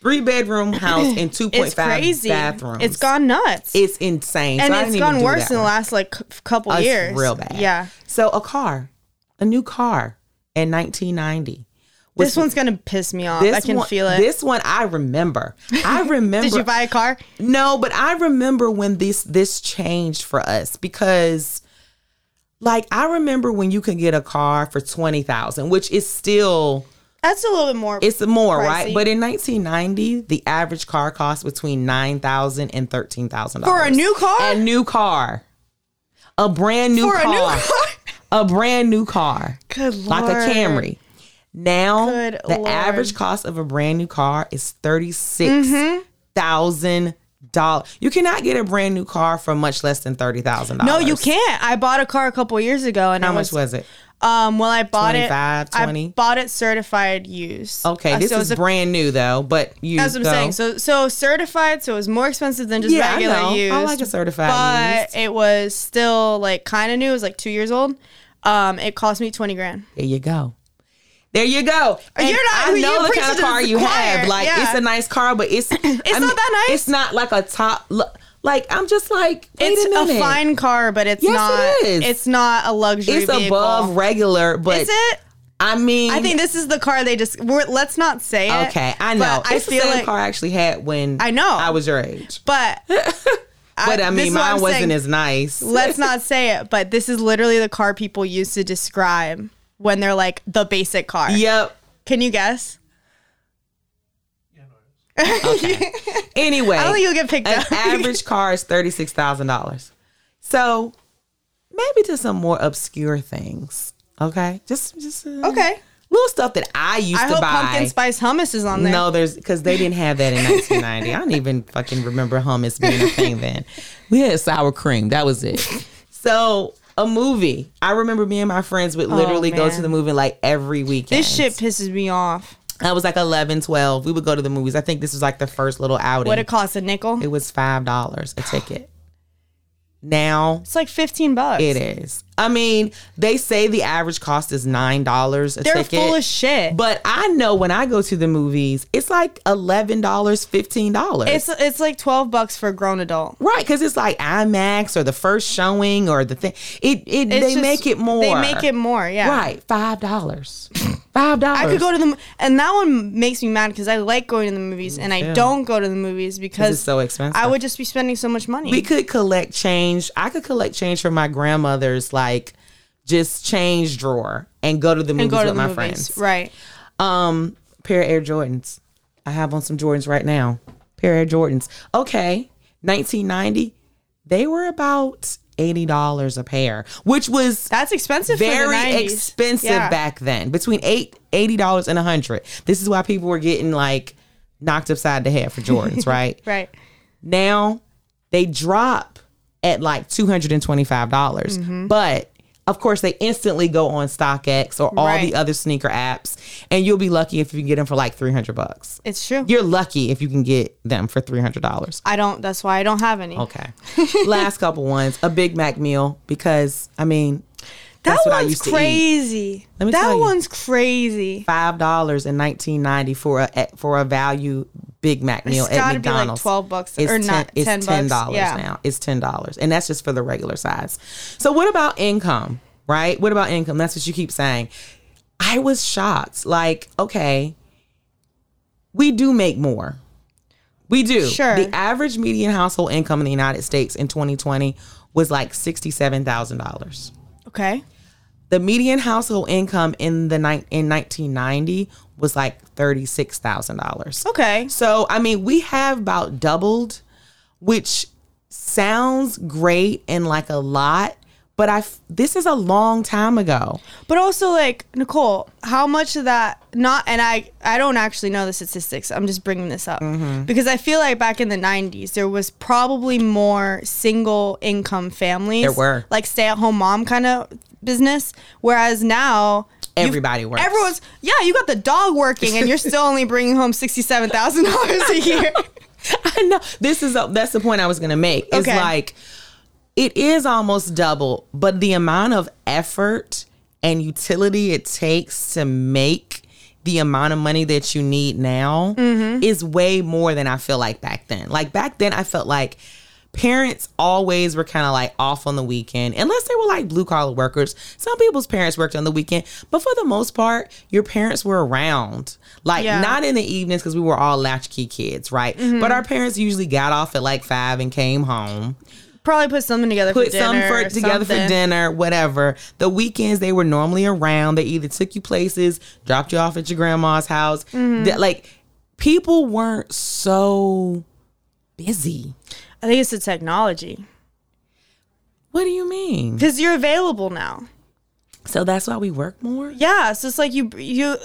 Speaker 3: three bedroom house and two point
Speaker 2: It's
Speaker 3: five
Speaker 2: crazy.
Speaker 3: bathrooms.
Speaker 2: It's gone nuts,
Speaker 3: It's insane.
Speaker 2: and
Speaker 3: so I
Speaker 2: it's
Speaker 3: didn't even
Speaker 2: gone
Speaker 3: do
Speaker 2: worse
Speaker 3: that
Speaker 2: in the
Speaker 3: one.
Speaker 2: last like c- couple
Speaker 3: It's
Speaker 2: years.
Speaker 3: real bad.
Speaker 2: Yeah.
Speaker 3: So a car, a new car in nineteen ninety.
Speaker 2: This one's gonna piss me off. I can
Speaker 3: one,
Speaker 2: feel it.
Speaker 3: This one I remember. I remember.
Speaker 2: Did you buy a car?
Speaker 3: No, but I remember when this this changed for us because like I remember when you could get a car for 20,000, which is still
Speaker 2: That's a little bit more.
Speaker 3: it's more, right?
Speaker 2: Pricey.
Speaker 3: But in 1990, the average car cost between 9,000 and 13,000
Speaker 2: For a new car?
Speaker 3: A new car. A brand new
Speaker 2: for a
Speaker 3: car.
Speaker 2: new car.
Speaker 3: a brand new car
Speaker 2: Good
Speaker 3: like
Speaker 2: Lord.
Speaker 3: a Camry. Now
Speaker 2: Good
Speaker 3: the
Speaker 2: Lord.
Speaker 3: average cost of a brand new car is thirty six thousand dollars. You cannot get a brand new car for much less than thirty thousand
Speaker 2: No,
Speaker 3: dollars.
Speaker 2: you can't. I bought a car a couple years ago, and
Speaker 3: How
Speaker 2: it
Speaker 3: much was it?
Speaker 2: Um, well, I bought it.
Speaker 3: 25, 20?
Speaker 2: I bought it certified used.
Speaker 3: Okay,
Speaker 2: Uh,
Speaker 3: this
Speaker 2: so it's
Speaker 3: is
Speaker 2: a-
Speaker 3: brand new though, but you.
Speaker 2: That's what I'm
Speaker 3: though.
Speaker 2: saying. So, so certified, so it was more expensive than just
Speaker 3: yeah,
Speaker 2: regular
Speaker 3: I know.
Speaker 2: used.
Speaker 3: I like a certified
Speaker 2: but
Speaker 3: used.
Speaker 2: it was still like kind of new. It was like two years old. Um, it cost me twenty grand.
Speaker 3: There you go. There you go. And
Speaker 2: you're not-
Speaker 3: I
Speaker 2: you're
Speaker 3: know the
Speaker 2: preaching
Speaker 3: kind of
Speaker 2: to
Speaker 3: car
Speaker 2: the
Speaker 3: you
Speaker 2: choir.
Speaker 3: have. Like
Speaker 2: Yeah.
Speaker 3: it's a nice car, but it's it's
Speaker 2: not that nice.
Speaker 3: It's not like a top. lo- Like I'm just like wait
Speaker 2: it's
Speaker 3: a minute.
Speaker 2: fine car, but it's
Speaker 3: Yes,
Speaker 2: not.
Speaker 3: it is.
Speaker 2: It's not a luxury.
Speaker 3: It's
Speaker 2: vehicle.
Speaker 3: above regular, but
Speaker 2: Is it?
Speaker 3: I mean,
Speaker 2: I think this is the car they just. We're, let's not say it.
Speaker 3: okay.
Speaker 2: but
Speaker 3: I know.
Speaker 2: I
Speaker 3: it's
Speaker 2: feel
Speaker 3: the same
Speaker 2: like.
Speaker 3: car I actually had when
Speaker 2: I know.
Speaker 3: I was your age.
Speaker 2: But.
Speaker 3: But I,
Speaker 2: this
Speaker 3: mean,
Speaker 2: is what
Speaker 3: mine
Speaker 2: I'm
Speaker 3: wasn't
Speaker 2: saying.
Speaker 3: as nice.
Speaker 2: let's not say it, but this is literally the car people use to describe when they're like the basic car.
Speaker 3: Yep.
Speaker 2: Can you guess?
Speaker 3: Anyway,
Speaker 2: I don't think you'll get picked
Speaker 3: an
Speaker 2: up.
Speaker 3: average car is thirty six thousand dollars. So maybe to some more obscure things. Okay, just just uh,
Speaker 2: okay.
Speaker 3: little stuff that I used
Speaker 2: I
Speaker 3: to
Speaker 2: hope
Speaker 3: buy.
Speaker 2: pumpkin spice hummus is on there.
Speaker 3: No, there's because they didn't have that in 1990. I don't even fucking remember hummus being a thing then. We had sour cream. That was it. So a movie. I remember me and my friends would literally go to
Speaker 2: Oh, man.
Speaker 3: the movie like every weekend.
Speaker 2: This shit pisses me off.
Speaker 3: I was like 11, 12. We would go to the movies. I think this was like the first little outing.
Speaker 2: What it costs a nickel?
Speaker 3: it was five dollars a ticket. Now
Speaker 2: It's like fifteen bucks.
Speaker 3: it is. I mean, they say the average cost is nine dollars a
Speaker 2: They're
Speaker 3: ticket.
Speaker 2: full of shit.
Speaker 3: But I know when I go to the movies, it's like eleven dollars, fifteen dollars.
Speaker 2: it's it's like twelve bucks for a grown adult.
Speaker 3: right because it's like IMAX or the first showing or the thing. It it
Speaker 2: It's
Speaker 3: they
Speaker 2: just-
Speaker 3: make it more.
Speaker 2: They make it more. Yeah.
Speaker 3: right five dollars, five dollars.
Speaker 2: I could go to the mo- and that one makes me mad because I like going to the movies and I don't go to the movies
Speaker 3: Mm, It's
Speaker 2: because
Speaker 3: so expensive.
Speaker 2: I would just be spending so much money.
Speaker 3: we could collect change. I could collect change from my grandmother's like just change drawer and go to the movies
Speaker 2: and go to
Speaker 3: with
Speaker 2: the
Speaker 3: my
Speaker 2: movies,
Speaker 3: friends.
Speaker 2: right?
Speaker 3: Um, pair of Air Jordans. I have on some Jordans right now. Pair of Air Jordans. Okay, 1990. They were about eighty dollars a pair, which was
Speaker 2: That's expensive. for the
Speaker 3: very
Speaker 2: 90s.
Speaker 3: expensive
Speaker 2: Yeah.
Speaker 3: back then. Between eight eighty dollars and a hundred. This is why people were getting like knocked upside the head for Jordans, right?
Speaker 2: Right.
Speaker 3: Now they drop at like two hundred and twenty five dollars, but of course they instantly go on StockX or all
Speaker 2: Right.
Speaker 3: the other sneaker apps, and you'll be lucky if you can get them for like three hundred bucks.
Speaker 2: It's true.
Speaker 3: You're lucky if you can get them for three hundred dollars.
Speaker 2: I don't. That's why I don't have any.
Speaker 3: Okay, last couple ones: a Big Mac meal because I mean
Speaker 2: That
Speaker 3: that's what I
Speaker 2: one's
Speaker 3: used to eat.
Speaker 2: crazy.
Speaker 3: Let me
Speaker 2: that
Speaker 3: tell you.
Speaker 2: one's crazy.
Speaker 3: five dollars in nineteen ninety for a for a value Big Mac meal
Speaker 2: It's
Speaker 3: at
Speaker 2: gotta be like
Speaker 3: McDonald's.
Speaker 2: 12 bucks or not, 10
Speaker 3: It's
Speaker 2: bucks.
Speaker 3: ten dollars
Speaker 2: Yeah.
Speaker 3: now. It's ten dollars, and that's just for the regular size. So what about income? Right? What about income? That's what you keep saying. I was shocked. Like, okay, we do make more. We do.
Speaker 2: Sure.
Speaker 3: The average median household income in the United States in 2020 was like sixty-seven thousand dollars
Speaker 2: Okay.
Speaker 3: the median household income in the ni- in 1990 was like $36,000.
Speaker 2: Okay.
Speaker 3: So, I mean, we have about doubled, which sounds great and like a lot, but I f- this is a long time ago.
Speaker 2: But also, like Nicole, how much of that? Not, and I, I don't actually know the statistics. I'm just bringing this up
Speaker 3: Mm-hmm.
Speaker 2: because I feel like back in the '90s, there was probably more single income families.
Speaker 3: There were.
Speaker 2: like stay-at-home mom kind of business, whereas now. you've-
Speaker 3: Everybody works.
Speaker 2: Everyone's yeah. You got the dog working, and you're still only bringing home sixty-seven thousand dollars a year.
Speaker 3: I know. This is a, that's the point I was going to make. It's
Speaker 2: Okay.
Speaker 3: like it is almost double, but the amount of effort and utility it takes to make the amount of money that you need now is way more than I feel like back then. Like back then I felt like parents always were kind of like off on the weekend unless they were like blue collar workers. Some people's parents worked on the weekend, but for the most part, your parents were around. Like
Speaker 2: Yeah.
Speaker 3: not in the evenings because we were all latchkey kids, right? But our parents usually got off at like five and came home,
Speaker 2: Probably put something together.
Speaker 3: put
Speaker 2: for dinner
Speaker 3: some for
Speaker 2: or
Speaker 3: together for
Speaker 2: something.
Speaker 3: dinner, whatever. The weekends they were normally around. They either took you places, dropped you off at your grandma's house.
Speaker 2: Mm-hmm.
Speaker 3: That- like people weren't so busy.
Speaker 2: I think it's the technology
Speaker 3: What do you mean?
Speaker 2: because you're available now.
Speaker 3: So that's why we work more.
Speaker 2: Yeah, so it's like you you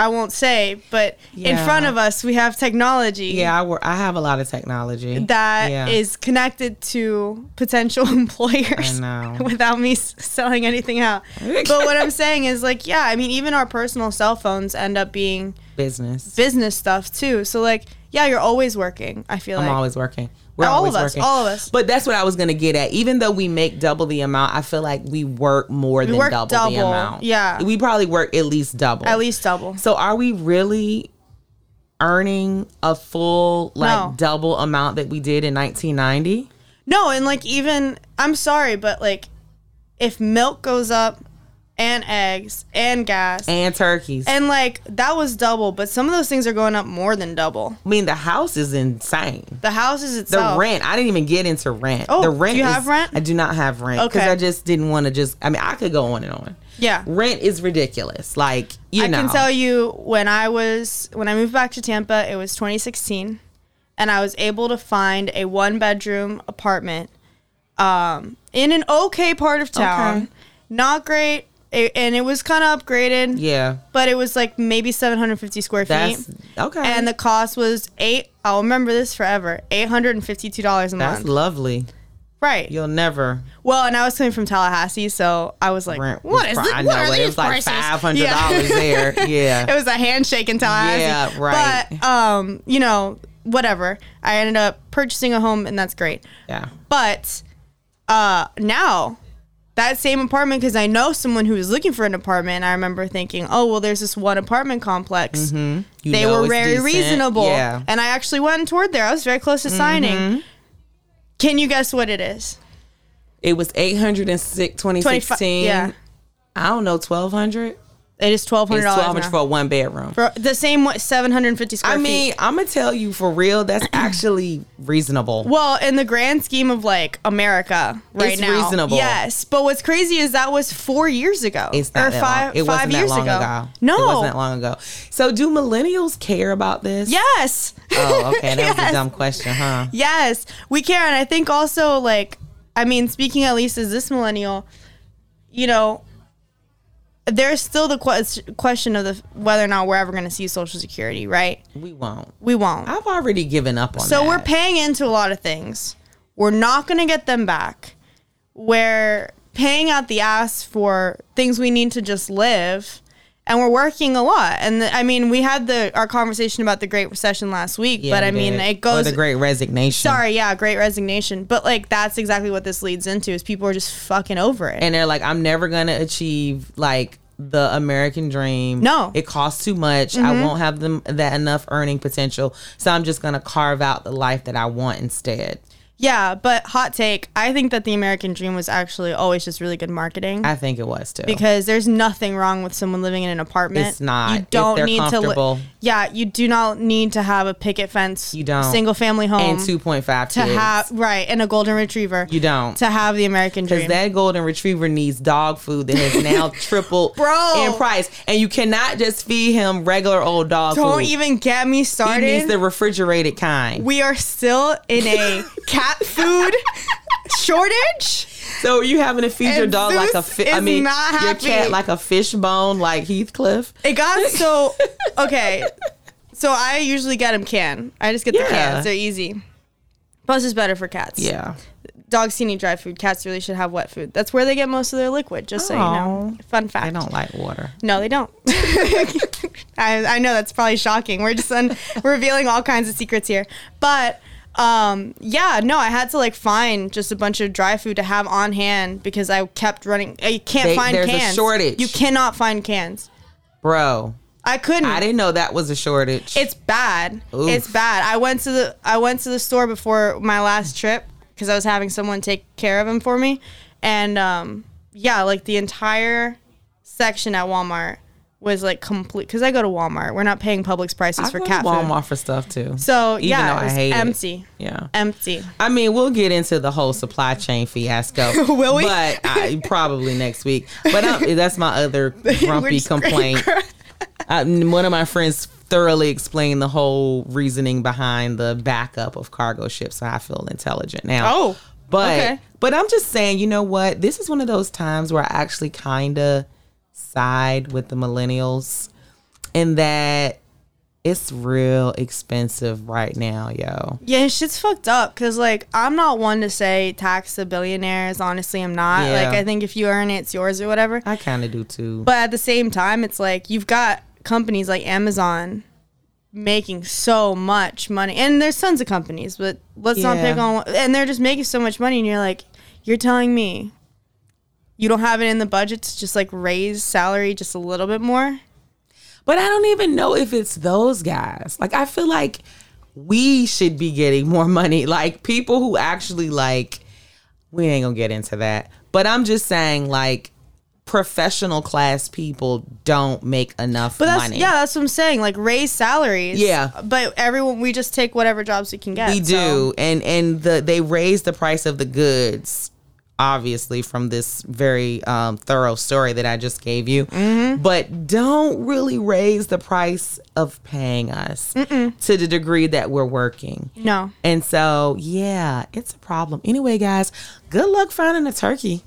Speaker 2: I won't say, but in
Speaker 3: Yeah.
Speaker 2: front of us we have technology
Speaker 3: Yeah, I work. I have a lot of technology
Speaker 2: that is
Speaker 3: yeah.
Speaker 2: connected to potential employers
Speaker 3: know.
Speaker 2: without me s- selling anything out. but what I'm saying is like, yeah, I mean even our personal cell phones end up being
Speaker 3: business.
Speaker 2: business stuff too. So like, yeah, you're always working. I feel
Speaker 3: I'm
Speaker 2: like
Speaker 3: always working. We're
Speaker 2: All
Speaker 3: always
Speaker 2: of us,
Speaker 3: working.
Speaker 2: all of us.
Speaker 3: But that's what I was gonna get at. Even though we make double the amount, I feel like we work more than
Speaker 2: work
Speaker 3: double, the
Speaker 2: double,
Speaker 3: amount.
Speaker 2: yeah.
Speaker 3: we probably work at least double.
Speaker 2: at least double.
Speaker 3: So are we really earning a full like
Speaker 2: No.
Speaker 3: double amount that we did in 1990?
Speaker 2: No, and like even I'm sorry, but like if milk goes up and eggs and gas and,
Speaker 3: And turkeys.
Speaker 2: like that was double, but some of those things are going up more than double.
Speaker 3: I mean, the house is insane.
Speaker 2: The houses
Speaker 3: The
Speaker 2: itself.
Speaker 3: rent. I didn't even get into rent.
Speaker 2: Oh,
Speaker 3: the
Speaker 2: do
Speaker 3: rent.
Speaker 2: you
Speaker 3: is-
Speaker 2: have rent?
Speaker 3: I do not have rent because
Speaker 2: Okay.
Speaker 3: I just didn't want to. Just I mean, I could go on and on.
Speaker 2: Yeah.
Speaker 3: Rent is ridiculous. Like you
Speaker 2: I
Speaker 3: know,
Speaker 2: can tell you when I was when I moved back to Tampa, it was 2016, and I was able to find a one bedroom apartment um, in an okay part of town.
Speaker 3: Okay.
Speaker 2: Not great, a- and it was kind of upgraded,
Speaker 3: Yeah,
Speaker 2: but it was like maybe 750 square feet.
Speaker 3: that's okay.
Speaker 2: and the cost was eight. I'll remember this forever. Eight hundred and fifty-two dollars a
Speaker 3: that's
Speaker 2: month.
Speaker 3: lovely.
Speaker 2: right.
Speaker 3: You'll never
Speaker 2: Well, and I was coming from Tallahassee, so I was like,
Speaker 3: rent.
Speaker 2: "What
Speaker 3: was
Speaker 2: is
Speaker 3: pri-
Speaker 2: this?
Speaker 3: I
Speaker 2: What
Speaker 3: know,
Speaker 2: are
Speaker 3: but it
Speaker 2: these
Speaker 3: was like
Speaker 2: prices?"
Speaker 3: five hundred dollars
Speaker 2: Yeah.
Speaker 3: there. Yeah.
Speaker 2: it was a handshake in Tallahassee.
Speaker 3: Yeah, right.
Speaker 2: But um, you know, whatever. I ended up purchasing a home, and that's great.
Speaker 3: yeah.
Speaker 2: But uh, now that same apartment, because I know someone who was looking for an apartment. I remember thinking, "Oh, well, there's this one apartment complex."
Speaker 3: Mm-hmm. You
Speaker 2: they
Speaker 3: know
Speaker 2: were
Speaker 3: it's
Speaker 2: very
Speaker 3: decent.
Speaker 2: reasonable.
Speaker 3: Yeah. Mm-hmm.
Speaker 2: And I actually went and toured there. I was very close to signing. Can you guess what it is?
Speaker 3: It was 806 2016.
Speaker 2: yeah.
Speaker 3: I don't know, 1200
Speaker 2: It is twelve
Speaker 3: It's
Speaker 2: hundred dollars
Speaker 3: 1200 for a one bedroom.
Speaker 2: for the same seven hundred fifty square
Speaker 3: I
Speaker 2: feet.
Speaker 3: mean, I'm going to tell you for real, that's actually reasonable.
Speaker 2: well, in the grand scheme of like America right
Speaker 3: It's
Speaker 2: now,
Speaker 3: reasonable.
Speaker 2: Yes, but what's crazy is that was four years ago.
Speaker 3: It's not that long. It wasn't that long ago.
Speaker 2: No,
Speaker 3: It wasn't that long ago. So, do millennials care about this?
Speaker 2: yes,
Speaker 3: Oh, okay. That was
Speaker 2: Yes.
Speaker 3: a dumb question, huh?
Speaker 2: yes, we can. And I think also like, I mean, speaking at least as this millennial, you know, there's still the que- question of the whether or not we're ever going to see Social Security, right?
Speaker 3: We won't.
Speaker 2: We won't.
Speaker 3: I've already given up on
Speaker 2: So
Speaker 3: that.
Speaker 2: we're paying into a lot of things. We're not going to get them back. We're paying out the ass for things we need to just live. And we're working a lot. And I mean, we had the our conversation about the Great Recession last week,
Speaker 3: Yeah,
Speaker 2: but
Speaker 3: we
Speaker 2: I mean,
Speaker 3: did.
Speaker 2: it
Speaker 3: Or
Speaker 2: goes
Speaker 3: the great resignation.
Speaker 2: Sorry, yeah, great resignation. But like that's exactly what this leads into is people are just fucking over it.
Speaker 3: and they're like, I'm never gonna achieve like the American dream.
Speaker 2: No. Mm-hmm.
Speaker 3: it costs too much. I won't have them that enough earning potential, so I'm just gonna carve out the life that I want instead.
Speaker 2: yeah, but hot take, I think that the American dream was actually always just really good marketing.
Speaker 3: I think it was too.
Speaker 2: because there's nothing wrong with someone living in an apartment.
Speaker 3: It's not.
Speaker 2: You
Speaker 3: If
Speaker 2: don't
Speaker 3: they're
Speaker 2: need to.
Speaker 3: comfortable.
Speaker 2: Li- yeah, you do not need to have a picket fence.
Speaker 3: You don't.
Speaker 2: Single family home
Speaker 3: and 2.5
Speaker 2: to
Speaker 3: kids.
Speaker 2: have right and a golden retriever.
Speaker 3: you don't.
Speaker 2: to have the American
Speaker 3: because
Speaker 2: dream.
Speaker 3: that golden retriever needs dog food that has now tripled
Speaker 2: Bro.
Speaker 3: in price, and you cannot just feed him regular old dog
Speaker 2: don't
Speaker 3: food.
Speaker 2: even get me
Speaker 3: he needs
Speaker 2: started.
Speaker 3: the refrigerated kind.
Speaker 2: we are still in a cat food shortage.
Speaker 3: So you having to feed your
Speaker 2: And
Speaker 3: dog like a
Speaker 2: Zeus
Speaker 3: fi- I
Speaker 2: is
Speaker 3: mean
Speaker 2: not
Speaker 3: your
Speaker 2: happy.
Speaker 3: cat like a fish bone like Heathcliff.
Speaker 2: It got so okay. So I usually get them can. I just get the
Speaker 3: Yeah.
Speaker 2: cans. They're easy. Plus, it's better for cats.
Speaker 3: Yeah.
Speaker 2: dogs can eat dry food. Cats really should have wet food. That's where they get most of their liquid. Just so you know. Fun fact.
Speaker 3: I Oh. don't like water.
Speaker 2: No, they don't. I, I know that's probably shocking. We're just un- revealing all kinds of secrets here, but um, yeah, no, I had to like find just a bunch of dry food to have on hand because I kept running. You can't
Speaker 3: They-
Speaker 2: find
Speaker 3: there's a
Speaker 2: cans.
Speaker 3: shortage.
Speaker 2: You cannot find cans.
Speaker 3: Bro,
Speaker 2: I couldn't.
Speaker 3: I didn't know that was a shortage.
Speaker 2: Hmm. It's bad.
Speaker 3: Oof.
Speaker 2: It's bad. I went to the I went to the store before my last trip because I was having someone take care of him for me, and um, yeah, like the entire section at Walmart was like complete because I go to Walmart. We're not paying Publix prices
Speaker 3: I
Speaker 2: for
Speaker 3: go to
Speaker 2: cat food.
Speaker 3: Walmart for stuff too.
Speaker 2: So
Speaker 3: Even
Speaker 2: yeah,
Speaker 3: though
Speaker 2: it
Speaker 3: I
Speaker 2: was
Speaker 3: hate it.
Speaker 2: empty,
Speaker 3: yeah.
Speaker 2: empty.
Speaker 3: I mean, we'll get into the whole supply chain fiasco.
Speaker 2: Will we?
Speaker 3: But I, probably next week. But I, that's my other grumpy
Speaker 2: just great
Speaker 3: complaint. I, one of my friends thoroughly explained the whole reasoning behind the backup of cargo ships. So I feel intelligent now.
Speaker 2: Oh,
Speaker 3: but
Speaker 2: okay.
Speaker 3: but I'm just saying, you know what? This is one of those times where I actually kind of side with the millennials. in that it's real expensive right now, yo.
Speaker 2: Yeah, and shit's fucked up because, like, I'm not one to say tax the billionaires. Honestly, I'm not.
Speaker 3: Yeah.
Speaker 2: Like, I think if you earn it, it's yours or whatever.
Speaker 3: I kind of do too.
Speaker 2: But at the same time, it's like you've got companies like Amazon making so much money, and there's tons of companies, but let's not
Speaker 3: Yeah.
Speaker 2: pick on. one- And they're just making so much money, and you're like, you're telling me you don't have it in the budget to just like raise salary just a little bit more.
Speaker 3: But I don't even know if it's those guys. Like I feel like we should be getting more money. Like people who actually like we ain't gonna get into that. But I'm just saying like professional class people don't make enough
Speaker 2: But that's
Speaker 3: money.
Speaker 2: yeah, that's what I'm saying. Like raise salaries.
Speaker 3: Yeah.
Speaker 2: But everyone, we just take whatever jobs we can get.
Speaker 3: we do.
Speaker 2: so-
Speaker 3: And and the they raise the price of the goods obviously from this very um, thorough story that I just gave you.
Speaker 2: Mm-hmm.
Speaker 3: But don't really raise the price of paying us to the degree that we're working.
Speaker 2: No.
Speaker 3: And so, yeah, it's a problem. Anyway, guys, good luck finding a turkey.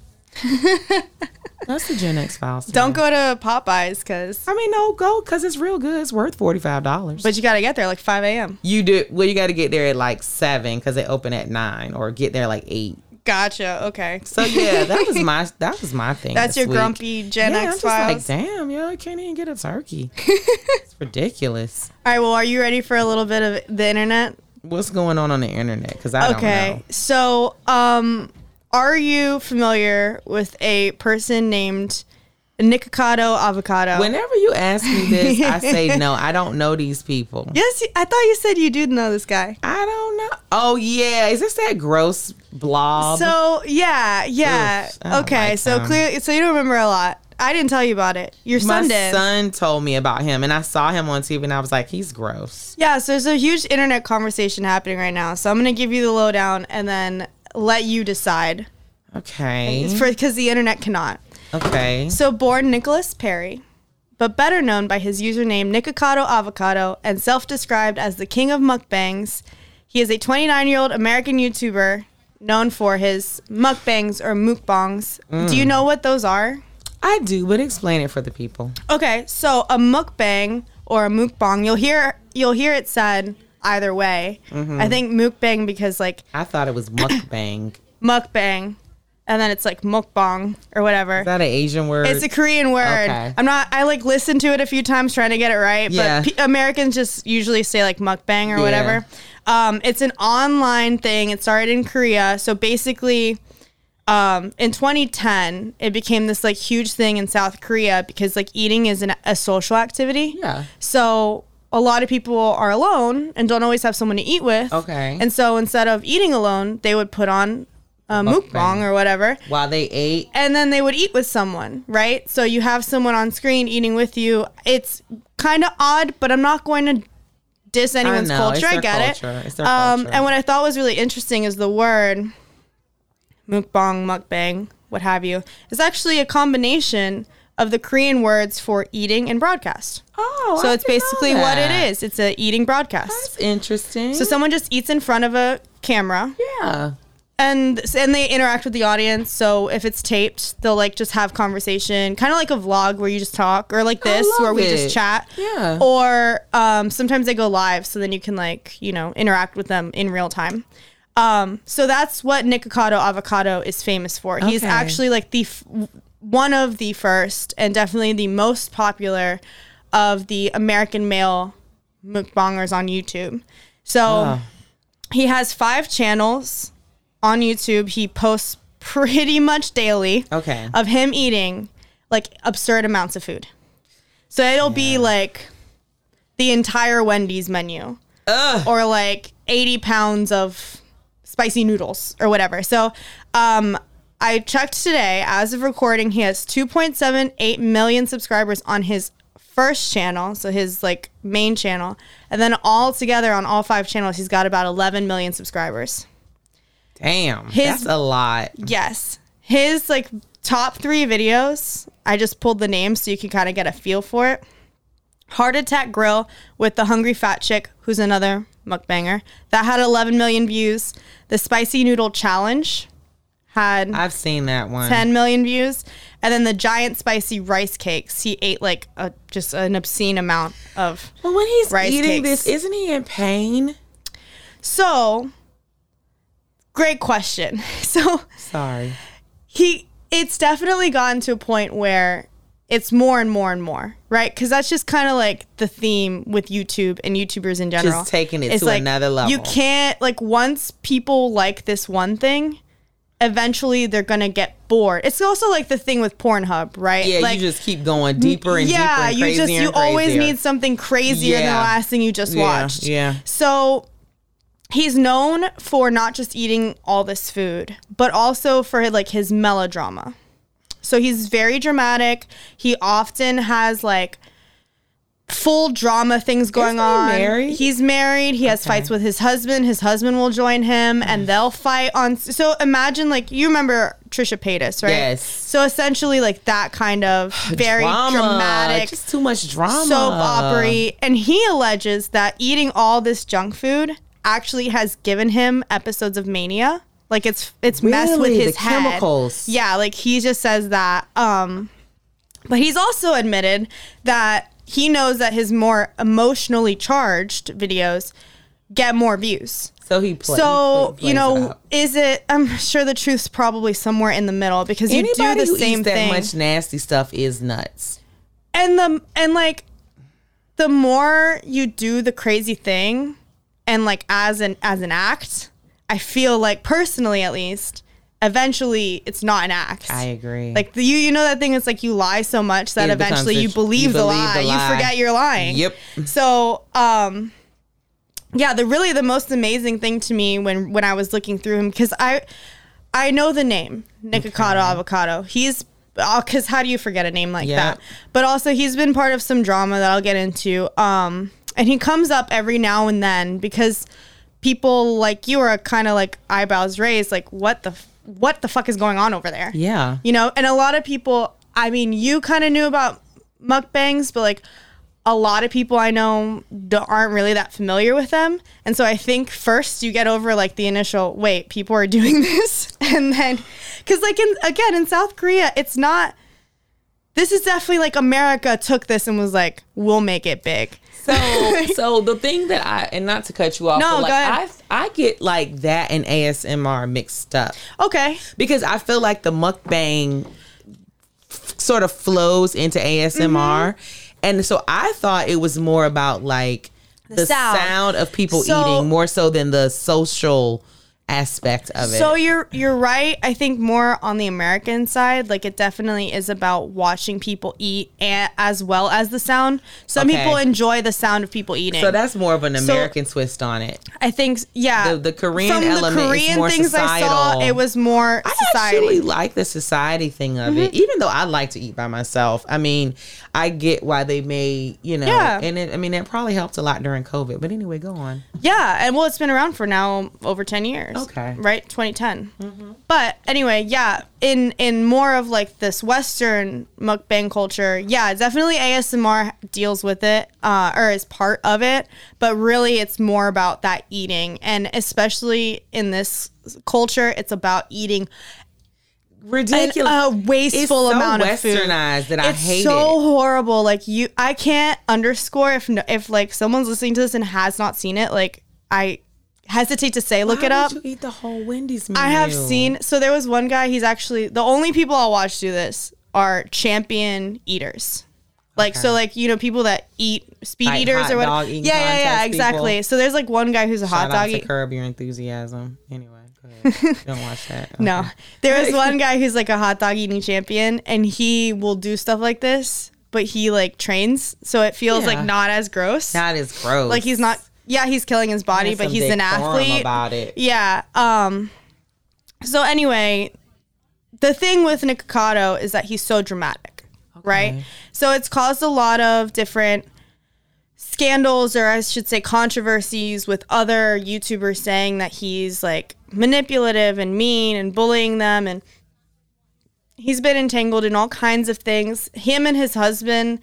Speaker 3: That's the Gen X files.
Speaker 2: Don't go to Popeyes because,
Speaker 3: I mean, no, go because it's real good. It's worth forty five dollars.
Speaker 2: but you got to get there like 5 a.m.
Speaker 3: you do well. You got to get there at like seven because they open at nine, or get there like eight.
Speaker 2: Gotcha. Okay.
Speaker 3: So yeah, that was my that was my thing.
Speaker 2: That's
Speaker 3: this
Speaker 2: your
Speaker 3: week.
Speaker 2: grumpy Gen
Speaker 3: yeah,
Speaker 2: X
Speaker 3: I'm just
Speaker 2: files.
Speaker 3: like, damn, yo, I can't even get a turkey. it's ridiculous.
Speaker 2: All right. Well, are you ready for a little bit of the internet?
Speaker 3: What's going on on the internet? Because I don't
Speaker 2: Okay.
Speaker 3: know.
Speaker 2: So, um, are you familiar with a person named Nikocado Avocado?
Speaker 3: Whenever you ask me this, I say no. I don't know these people.
Speaker 2: yes, I thought you said you did know this guy.
Speaker 3: I don't know. Oh yeah, is this that gross blob?
Speaker 2: So yeah, yeah.
Speaker 3: Oof, I don't
Speaker 2: okay,
Speaker 3: like
Speaker 2: so
Speaker 3: him.
Speaker 2: clearly, so you don't remember a lot. I didn't tell you about it. Your
Speaker 3: my
Speaker 2: son did.
Speaker 3: son told me about him, and I saw him on TV, and I was like, he's gross.
Speaker 2: Yeah. So there's a huge internet conversation happening right now. So I'm gonna give you the lowdown and then let you decide.
Speaker 3: Okay,
Speaker 2: It's for because the internet cannot.
Speaker 3: okay.
Speaker 2: So born Nicholas Perry, but better known by his username Nikocado Avocado and self-described as the king of mukbangs, he is a 29-year-old American YouTuber known for his mukbangs or mukbangs. Do you know what those are?
Speaker 3: I do, but explain it for the people.
Speaker 2: Okay, so a mukbang or a mukbang, you'll hear you'll hear it said either way. I think mukbang because like
Speaker 3: I thought it was mukbang. Is
Speaker 2: mukbang, and then it's like mukbang or whatever.
Speaker 3: that an Asian word?
Speaker 2: it's a Korean word.
Speaker 3: Okay.
Speaker 2: I'm not. I like listened to it a few times trying to get it right,
Speaker 3: Yeah.
Speaker 2: but pe Americans just usually say like mukbang or whatever. Um, it's an online thing. It started in Korea, so basically, um, in 2010, it became this like huge thing in South Korea because like eating is an, a social activity.
Speaker 3: yeah.
Speaker 2: So a lot of people are alone and don't always have someone to eat with.
Speaker 3: Okay.
Speaker 2: And so instead of eating alone, they would put on a mukbang or whatever.
Speaker 3: While they ate,
Speaker 2: And then they would eat with someone, right? So you have someone on screen eating with you. It's kind of odd, but I'm not going to diss anyone's
Speaker 3: know, it's
Speaker 2: culture. I
Speaker 3: their
Speaker 2: get
Speaker 3: culture,
Speaker 2: it.
Speaker 3: it's their
Speaker 2: um,
Speaker 3: culture.
Speaker 2: and what I thought was really interesting is the word mukbang, mukbang, what have you, is actually a combination of the Korean words for eating and broadcast.
Speaker 3: oh,
Speaker 2: So it's basically what it is. It's a eating broadcast.
Speaker 3: That's interesting.
Speaker 2: So someone just eats in front of a camera
Speaker 3: yeah.
Speaker 2: and and they interact with the audience. So if it's taped, they'll like just have conversation, kind of like a vlog where you just talk or like this
Speaker 3: love
Speaker 2: where we
Speaker 3: it.
Speaker 2: just chat.
Speaker 3: Yeah.
Speaker 2: Or um, sometimes they go live so then you can like, you know, interact with them in real time. Um, so that's what Nikocado Avocado is famous for. He's
Speaker 3: Okay.
Speaker 2: actually like the f- one of the first and definitely the most popular of the American male mukbangers on YouTube. So he has five channels on YouTube. He posts pretty much daily
Speaker 3: Okay.
Speaker 2: of him eating like absurd amounts of food. So it'll be like the entire Wendy's menu
Speaker 3: Ugh.
Speaker 2: or like 80 pounds of spicy noodles or whatever. So, um, I checked today as of recording, he has 2.78 million subscribers on his first channel, so his like main channel, and then all together on all five channels, he's got about 11 million subscribers.
Speaker 3: Damn.
Speaker 2: His-
Speaker 3: that's a lot.
Speaker 2: Yes. His like top three videos, I just pulled the names so you can kind of get a feel for it. Heart Attack Grill with the Hungry Fat Chick, who's another mukbanger, that had 11 million views. The Spicy Noodle Challenge had
Speaker 3: I've seen that one.
Speaker 2: 10 million views. And then the giant spicy rice cakes, he ate like a, just an obscene amount of.
Speaker 3: But when he's
Speaker 2: Rice
Speaker 3: eating
Speaker 2: cakes.
Speaker 3: this, isn't he in pain?
Speaker 2: So, great question. So,
Speaker 3: Sorry.
Speaker 2: he it's definitely gotten to a point where it's more and more and more, right? Because that's just kind of like the theme with YouTube and YouTubers in general.
Speaker 3: taking it
Speaker 2: It's
Speaker 3: to another level.
Speaker 2: You can't like once people like this one thing, eventually they're gonna get bored. It's also like the thing with Pornhub, right?
Speaker 3: Yeah,
Speaker 2: like,
Speaker 3: you just keep going deeper and deeper and
Speaker 2: you
Speaker 3: crazier
Speaker 2: just you
Speaker 3: and
Speaker 2: always
Speaker 3: crazier.
Speaker 2: need something crazier than the
Speaker 3: Yeah.
Speaker 2: last thing you just
Speaker 3: Yeah,
Speaker 2: watched.
Speaker 3: yeah.
Speaker 2: So he's known for not just eating all this food, but also for like his melodrama. So he's very dramatic. He often has like full drama things going
Speaker 3: he
Speaker 2: on.
Speaker 3: married?
Speaker 2: He's married. He has fights with his husband. His husband will join him
Speaker 3: Mm.
Speaker 2: and they'll fight on so imagine like you remember Trisha Paytas, right?
Speaker 3: Yes.
Speaker 2: So essentially like that kind of very
Speaker 3: Drama.
Speaker 2: dramatic
Speaker 3: Just too much drama.
Speaker 2: soap opery and he alleges that eating all this junk food actually has given him episodes of mania like it's it's messed with
Speaker 3: Really?
Speaker 2: his
Speaker 3: The
Speaker 2: head
Speaker 3: chemicals.
Speaker 2: yeah like he just says that um but he's also admitted that he knows that his more emotionally charged videos get more views
Speaker 3: So he plays.
Speaker 2: so you know is it i'm sure the truth's probably somewhere in the middle because you
Speaker 3: anybody
Speaker 2: do the
Speaker 3: who
Speaker 2: same
Speaker 3: eats that
Speaker 2: thing
Speaker 3: much nasty stuff is nuts.
Speaker 2: and the and like the more you do the crazy thing and like as an as an act i feel like personally at least eventually it's not an act
Speaker 3: I agree.
Speaker 2: like the, you you know that thing it's like you lie so much that
Speaker 3: It becomes
Speaker 2: eventually
Speaker 3: a-
Speaker 2: you
Speaker 3: you
Speaker 2: believe, the,
Speaker 3: believe
Speaker 2: lie.
Speaker 3: the lie.
Speaker 2: you forget you're lying
Speaker 3: Yep.
Speaker 2: so um yeah the really the most amazing thing to me when when i was looking through him because i i know the name nikocado avocado he's because how do you forget a name like
Speaker 3: Yeah.
Speaker 2: that but also he's been part of some drama that i'll get into um and he comes up every now and then because people like you are kind of like eyebrows raised like what the f- what the fuck is going on over there
Speaker 3: yeah.
Speaker 2: you know, and a lot of people, I mean, you kind of knew about mukbangs, but like a lot of people I know d- aren't really that familiar with them. And so I think first you get over like the initial, wait, people are doing this. And then, cause like in, again, in South Korea, it's not, this is definitely like America took this and was like, we'll make it big.
Speaker 3: So, so the thing that I and not to cut you off,
Speaker 2: No, go
Speaker 3: but like
Speaker 2: ahead.
Speaker 3: I, I get like that and ASMR mixed up
Speaker 2: Okay.
Speaker 3: because I feel like the mukbang f- sort of flows into ASMR, and so I thought it was more about like Mm-hmm. the,
Speaker 2: sound.
Speaker 3: sound. of people
Speaker 2: So-
Speaker 3: eating more so than the social aspect of it.
Speaker 2: So you're you're right. I think more on the American side, like it definitely is about watching people eat and, as well as the sound. Some
Speaker 3: Okay.
Speaker 2: people enjoy the sound of people eating.
Speaker 3: So that's more of an American twist on it.
Speaker 2: I think yeah.
Speaker 3: The- the Korean element is more societal.
Speaker 2: it was more
Speaker 3: I
Speaker 2: society. Mm-hmm.
Speaker 3: actually like the society thing of it, even though I like to eat by myself. I mean, I get why they made, you know,
Speaker 2: Yeah.
Speaker 3: and it, I mean, that probably helped a lot during COVID. But anyway, go on.
Speaker 2: Yeah, and well, it's been around for now over ten years.
Speaker 3: Okay. Mm-hmm.
Speaker 2: right, 2010. But anyway, yeah, in in more of like this Western mukbang culture, yeah, definitely ASMR deals with it, uh, or is part of it. But really, it's more about that eating, and especially in this culture, it's about eating an,
Speaker 3: Ridiculous.
Speaker 2: a wasteful
Speaker 3: uh, so
Speaker 2: amount of food.
Speaker 3: westernized that I
Speaker 2: it's
Speaker 3: hate
Speaker 2: so
Speaker 3: it.
Speaker 2: horrible. Like you, I can't underscore if no- if like someone's listening to this and has not seen it. Like I hesitate to say, look it
Speaker 3: Why
Speaker 2: up.
Speaker 3: would You eat the whole Wendy's menu.
Speaker 2: I have seen. So there was one guy. He's actually the only people I'll watch do this are champion eaters. Like so, like you know, people that eat speed
Speaker 3: Like
Speaker 2: eaters
Speaker 3: hot
Speaker 2: or
Speaker 3: dog
Speaker 2: what? Yeah,
Speaker 3: eating
Speaker 2: yeah, yeah,
Speaker 3: contest
Speaker 2: exactly.
Speaker 3: people.
Speaker 2: So there's like one guy who's a hot
Speaker 3: Shout out
Speaker 2: dog
Speaker 3: to
Speaker 2: eater.
Speaker 3: curb your enthusiasm. Anyway, go ahead. don't watch that.
Speaker 2: No,
Speaker 3: Okay.
Speaker 2: there was one guy who's like a hot dog eating champion, and he will do stuff like this, but he like trains, so it feels
Speaker 3: Yeah.
Speaker 2: like not as gross.
Speaker 3: that is gross.
Speaker 2: like he's not. Yeah, he's killing his body,
Speaker 3: Has
Speaker 2: but
Speaker 3: some
Speaker 2: he's an
Speaker 3: decorum
Speaker 2: athlete.
Speaker 3: about it.
Speaker 2: Yeah. Um. So anyway, the thing with Nikocado is that he's so dramatic, right? So it's caused a lot of different scandals, or I should say, controversies with other YouTubers saying that he's like manipulative and mean and bullying them, and he's been entangled in all kinds of things. Him and his husband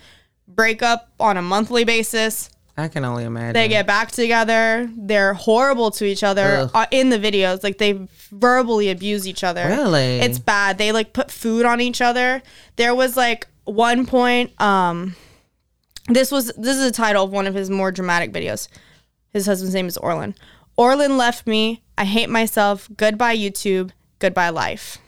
Speaker 2: break up on a monthly basis.
Speaker 3: I can only imagine.
Speaker 2: They get back together. They're horrible to each other
Speaker 3: Ugh.
Speaker 2: uh in the videos. Like they verbally abuse each other.
Speaker 3: Really?
Speaker 2: It's bad. They like put food on each other. There was like one point um this was this is the title of one of his more dramatic videos. His husband's name is Orlin. Orlin left me. I hate myself. Goodbye YouTube. Goodbye life.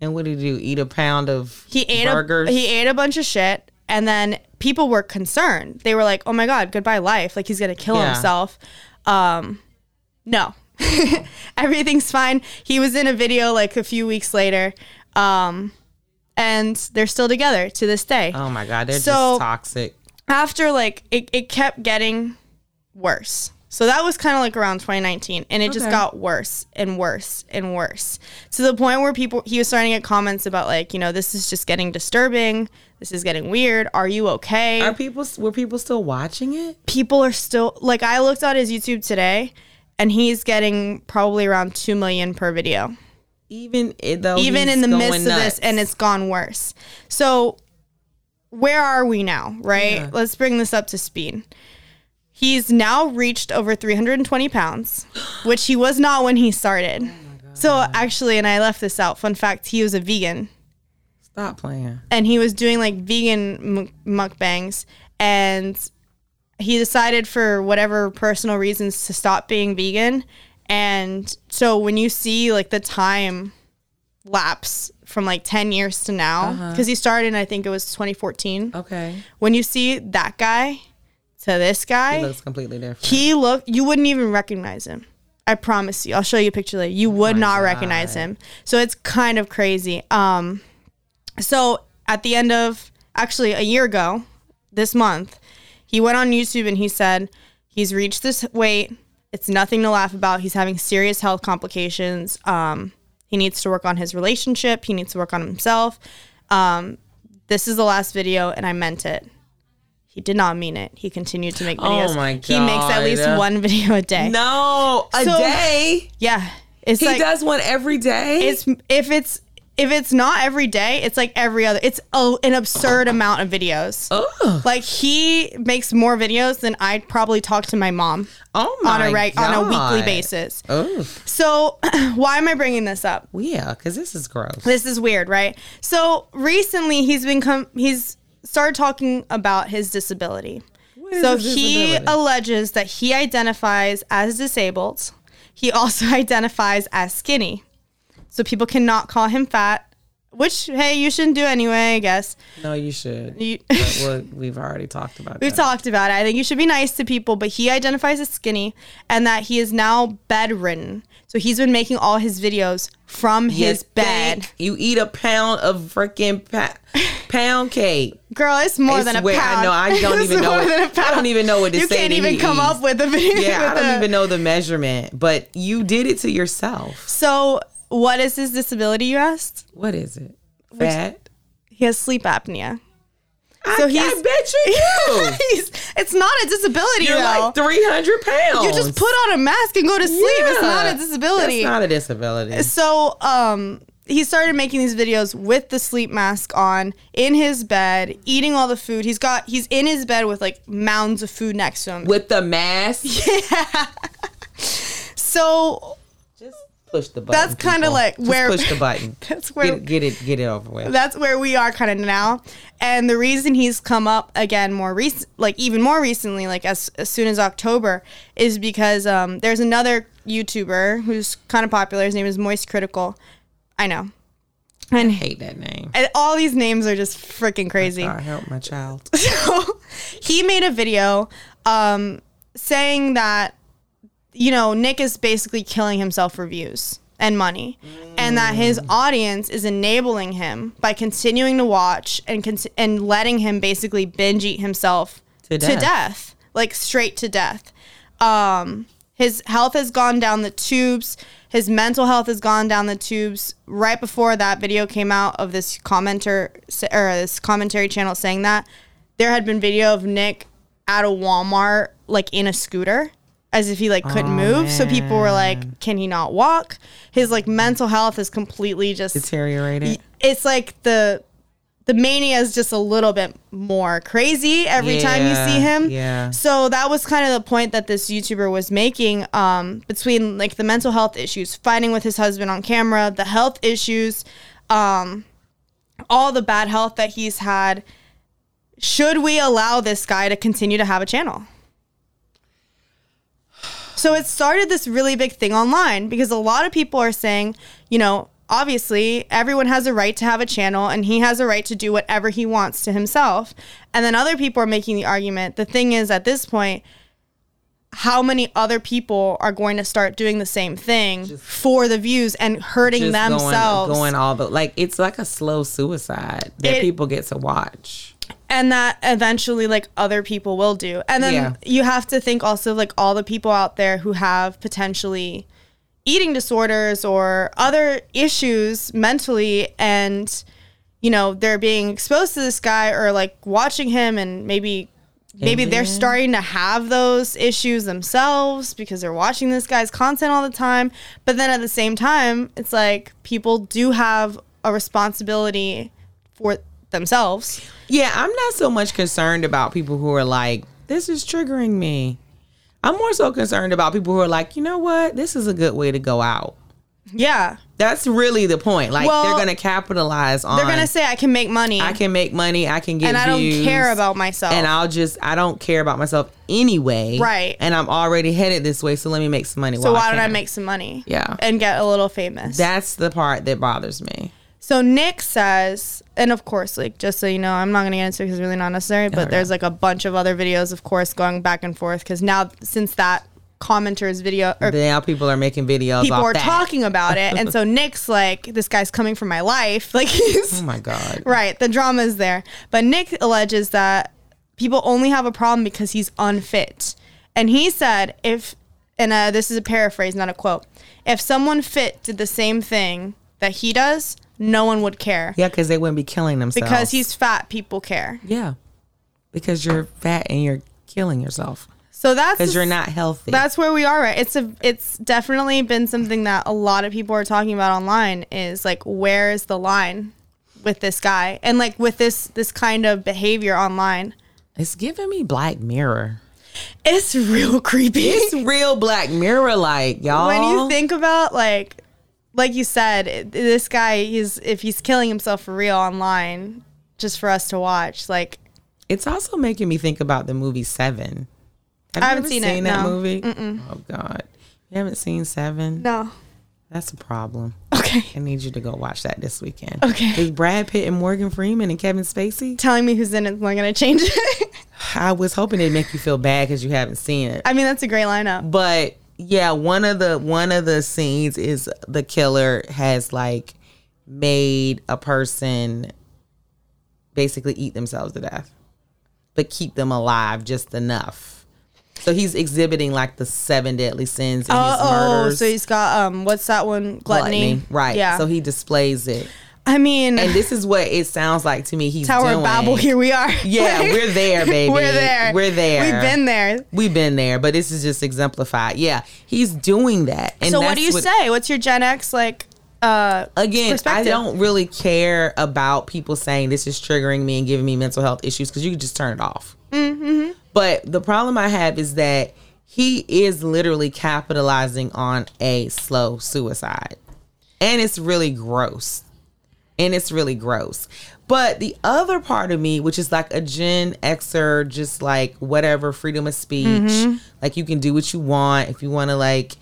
Speaker 3: and what did he do? Eat a pound of
Speaker 2: He ate
Speaker 3: burgers?
Speaker 2: a he ate a bunch of shit and then people were concerned. They were like, "Oh my god, goodbye life. Like he's going to kill
Speaker 3: Yeah.
Speaker 2: himself." Um no. Everything's fine. He was in a video like a few weeks later. Um and they're still together to this day.
Speaker 3: oh my god, they're
Speaker 2: So-
Speaker 3: just toxic.
Speaker 2: After like it it kept getting worse. So that was kind of like around 2019 and it just
Speaker 3: Okay.
Speaker 2: got worse and worse and worse. To the point where people he was starting to get comments about like, you know, this is just getting disturbing. This is getting weird. Are you okay?
Speaker 3: Are people were people still watching it?
Speaker 2: people are still like I looked on his YouTube today and he's getting probably around 2 million per video.
Speaker 3: Even it though
Speaker 2: Even
Speaker 3: he's
Speaker 2: in the
Speaker 3: going
Speaker 2: midst of
Speaker 3: nuts.
Speaker 2: this and it's gone worse. So where are we now, right?
Speaker 3: Yeah.
Speaker 2: Let's bring this up to speed. He's now reached over 320 pounds, which he was not when he
Speaker 3: Oh
Speaker 2: started. so actually, and I left this out. Fun fact: he was a vegan,
Speaker 3: stop playing.
Speaker 2: and he was doing like vegan m- mukbangs, and he decided for whatever personal reasons to stop being vegan. And so when you see like the time lapse from like 10 years to now, because he started, I think it was 2014.
Speaker 3: Okay,
Speaker 2: When you see that guy to this
Speaker 3: he
Speaker 2: guy,
Speaker 3: looks completely different.
Speaker 2: he look you wouldn't even recognize him. I promise you. I'll show you a picture later. You would not recognize him. So it's kind of crazy. Um so at the end of actually a year ago, this month, he went on YouTube and he said he's reached this weight. It's nothing to laugh about. He's having serious health complications. Um he needs to work on his relationship. He needs to work on himself. Um this is the last video and I meant it. He did not mean it. He continued to make videos.
Speaker 3: Oh my
Speaker 2: He makes at least
Speaker 3: God.
Speaker 2: one video a day.
Speaker 3: no, a
Speaker 2: So-
Speaker 3: day.
Speaker 2: Yeah. It's
Speaker 3: He
Speaker 2: like
Speaker 3: does one every day.
Speaker 2: it's if it's if it's not every day, it's like every other. It's a, an absurd amount of videos.
Speaker 3: Ugh. Oh
Speaker 2: Like he makes more videos than I probably talk to my mom
Speaker 3: oh my
Speaker 2: on a reg- on a weekly
Speaker 3: God.
Speaker 2: basis.
Speaker 3: Oh
Speaker 2: So, why am I bringing this up?
Speaker 3: yeah, because this is gross.
Speaker 2: This is weird, right? So, recently he's been com- he's started talking about his disability.
Speaker 3: is
Speaker 2: so
Speaker 3: his
Speaker 2: he
Speaker 3: disability?
Speaker 2: alleges that he identifies as disabled. He also identifies as skinny. So people cannot call him fat, which hey, you shouldn't do anyway, I guess.
Speaker 3: No, you should.
Speaker 2: You-
Speaker 3: But well, we've already talked about.
Speaker 2: We've
Speaker 3: that.
Speaker 2: talked about it. I think you should be nice to people, but he identifies as skinny and that he is now bedridden. So he's been making all his videos from
Speaker 3: You
Speaker 2: his bed.
Speaker 3: think You eat a pound of freaking pa- pound cake.
Speaker 2: Girl, it's more
Speaker 3: It's
Speaker 2: than a
Speaker 3: way- I
Speaker 2: pound.
Speaker 3: know, I don't
Speaker 2: It's
Speaker 3: even know
Speaker 2: more
Speaker 3: what-
Speaker 2: than a
Speaker 3: I don't
Speaker 2: pound.
Speaker 3: even know what to
Speaker 2: you
Speaker 3: say
Speaker 2: can't
Speaker 3: that
Speaker 2: even
Speaker 3: he
Speaker 2: come
Speaker 3: eats.
Speaker 2: up with a video.
Speaker 3: Yeah, I
Speaker 2: with
Speaker 3: don't
Speaker 2: a-
Speaker 3: even know the measurement, but you did it to yourself.
Speaker 2: So, what is his disability? You asked.
Speaker 3: What is it? Fat.
Speaker 2: He has sleep apnea.
Speaker 3: So
Speaker 2: So
Speaker 3: I,
Speaker 2: he's-
Speaker 3: I bet you do.
Speaker 2: He's- it's not a disability,
Speaker 3: You're
Speaker 2: though.
Speaker 3: like 300 pounds.
Speaker 2: you just put on a mask and go to sleep. It's not a disability.
Speaker 3: It's not a disability.
Speaker 2: so um he started making these videos with the sleep mask on in his bed eating all the food he's got he's in his bed with like mounds of food next to him
Speaker 3: With the mask,
Speaker 2: so
Speaker 3: just push the button.
Speaker 2: That's kinda
Speaker 3: people.
Speaker 2: like
Speaker 3: Just
Speaker 2: where-
Speaker 3: push the button.
Speaker 2: that's where
Speaker 3: get, get it, get it over with.
Speaker 2: that's where we are kind of now and the reason he's come up again more recent like even more recently like as, as soon as october is because um, there's another youtuber who's kind of popular his name is moist critical i know
Speaker 3: I hate that name.
Speaker 2: and all these names are just freaking crazy
Speaker 3: God help my child.
Speaker 2: So he made a video um, saying that, you know, Nick is basically killing himself for views and money, and that his audience is enabling him by continuing to watch and con- and letting him basically binge eat himself to
Speaker 3: To
Speaker 2: death,
Speaker 3: death.
Speaker 2: like straight to death. Um, his health has gone down the tubes. His mental health has gone down the tubes. Right before that video came out of this commenter or this commentary channel saying that there had been video of Nick at a Walmart like in a scooter as if he like couldn't move. So people were like, "Can he not walk?" His like mental health is completely just
Speaker 3: Deteriorated.
Speaker 2: it's like the the mania is just a little bit more crazy every time you see
Speaker 3: Yeah,
Speaker 2: him.
Speaker 3: yeah.
Speaker 2: So that was kind of the point that this YouTuber was making um, between like the mental health issues, fighting with his husband on camera, the health issues, um, all the bad health that he's had. Should we allow this guy to continue to have a channel? So it started this really big thing online because a lot of people are saying, you know, obviously everyone has a right to have a channel and he has a right to do whatever he wants to himself. And then other people are making the argument. The thing is, at this point, how many other people are going to start doing the same thing for the views and hurting
Speaker 3: Just going-
Speaker 2: themselves?
Speaker 3: Going, all the like it's like a slow suicide that
Speaker 2: It-
Speaker 3: people get to watch.
Speaker 2: and that eventually like other people will do and then
Speaker 3: Yeah.
Speaker 2: you have to think also like all the people out there who have potentially eating disorders or other issues mentally and you know they're being exposed to this guy or like watching him and maybe maybe they're
Speaker 3: then-
Speaker 2: starting to have those issues themselves because they're watching this guy's content all the time but then at the same time it's like people do have a responsibility for themselves
Speaker 3: Yeah, I'm not so much concerned about people who are like, this is triggering me. I'm more so concerned about people who are like, you know what? This is a good way to go out.
Speaker 2: Yeah.
Speaker 3: That's really the point. Like
Speaker 2: Well,
Speaker 3: they're going to capitalize on
Speaker 2: They're going to say I can make money
Speaker 3: I can make money, I can get
Speaker 2: and I don't
Speaker 3: views,
Speaker 2: care about myself.
Speaker 3: and I'll just I don't care about myself anyway.
Speaker 2: Right.
Speaker 3: And I'm already headed this way, so let me make some money.
Speaker 2: so
Speaker 3: while
Speaker 2: why don't I
Speaker 3: can.
Speaker 2: make some money?
Speaker 3: Yeah.
Speaker 2: And get a little famous.
Speaker 3: That's the part that bothers me.
Speaker 2: so Nick says, and of course, like just so you know, I'm not going to get into it because it's really not necessary, but
Speaker 3: Oh, yeah.
Speaker 2: there's like a bunch of other videos, of course, going back and forth because now since that commenter's video or
Speaker 3: Now people are making videos.
Speaker 2: people
Speaker 3: off
Speaker 2: are
Speaker 3: that.
Speaker 2: talking about it. and so Nick's like, this guy's coming for my life. Like he's
Speaker 3: Oh my god.
Speaker 2: Right, the drama is there. But Nick alleges that people only have a problem because he's unfit. And he said, if, and uh, this is a paraphrase, not a quote, if someone fit did the same thing that he does, no one would care.
Speaker 3: Yeah, because they wouldn't be killing themselves.
Speaker 2: Because he's fat, people care.
Speaker 3: yeah, because you're fat and you're killing yourself
Speaker 2: So that's
Speaker 3: because
Speaker 2: the
Speaker 3: you're not healthy.
Speaker 2: that's where we are right it's a it's definitely been something that a lot of people are talking about online is like where is the line with this guy and like with this this kind of behavior online
Speaker 3: it's giving me Black Mirror.
Speaker 2: it's real creepy
Speaker 3: It's real Black Mirror, like y'all.
Speaker 2: when you think about like like you said it- this guy is if he's killing himself for real online just for us to watch like
Speaker 3: it's also making me think about the movie Seven. Have
Speaker 2: I
Speaker 3: you
Speaker 2: haven't
Speaker 3: ever
Speaker 2: seen it,
Speaker 3: that
Speaker 2: no.
Speaker 3: movie. Oh God, you haven't seen Seven?
Speaker 2: no
Speaker 3: That's a problem.
Speaker 2: okay
Speaker 3: I need you to go watch that this weekend.
Speaker 2: Okay.
Speaker 3: With Brad Pitt and Morgan Freeman and Kevin Spacey.
Speaker 2: telling me who's in it's not gonna change it
Speaker 3: I was hoping it'd make you feel bad because you haven't seen it.
Speaker 2: i mean that's a great lineup
Speaker 3: but yeah one of the one of the scenes is the killer has like made a person basically eat themselves to death but keep them alive just enough so he's exhibiting like the seven deadly sins and his
Speaker 2: Oh, oh,
Speaker 3: murders
Speaker 2: so he's got um, what's that one? Gluttony,
Speaker 3: right
Speaker 2: Yeah.
Speaker 3: so he displays it
Speaker 2: I mean,
Speaker 3: and this is what it sounds like to me he's
Speaker 2: Tower
Speaker 3: doing
Speaker 2: of Babel. Here we are.
Speaker 3: yeah
Speaker 2: Like,
Speaker 3: we're there baby
Speaker 2: We're there.
Speaker 3: we're there
Speaker 2: We've been there.
Speaker 3: we've been there but this is just exemplified yeah he's doing that and
Speaker 2: so what
Speaker 3: that's
Speaker 2: do you say? What's your Gen X like? Uh,
Speaker 3: again, I
Speaker 2: perspective.
Speaker 3: don't really care about people saying this is triggering me and giving me mental health issues because you can just turn it off. Mm-hmm. But the problem I have is that he is literally capitalizing on a slow suicide, and it's really gross. And it's really gross. But the other part of me, which is like a Gen Xer, just like whatever, freedom of speech, like you can do what you want. If you want to like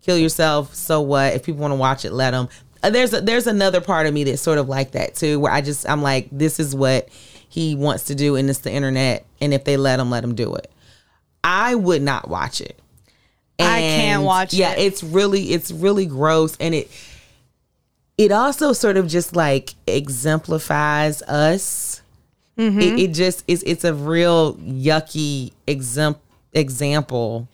Speaker 3: kill yourself, so what? If people want to watch it, let them. There's a, there's another part of me that's sort of like that too, where I just I'm like, this is what he wants to do, and it's the internet, and if they let him, let him do it. I would not watch it.
Speaker 2: I can't watch it.
Speaker 3: Yeah, it's really it's really gross, and it it also sort of just like exemplifies us.
Speaker 2: Mm-hmm.
Speaker 3: It, it just is it's a real yucky exemp- example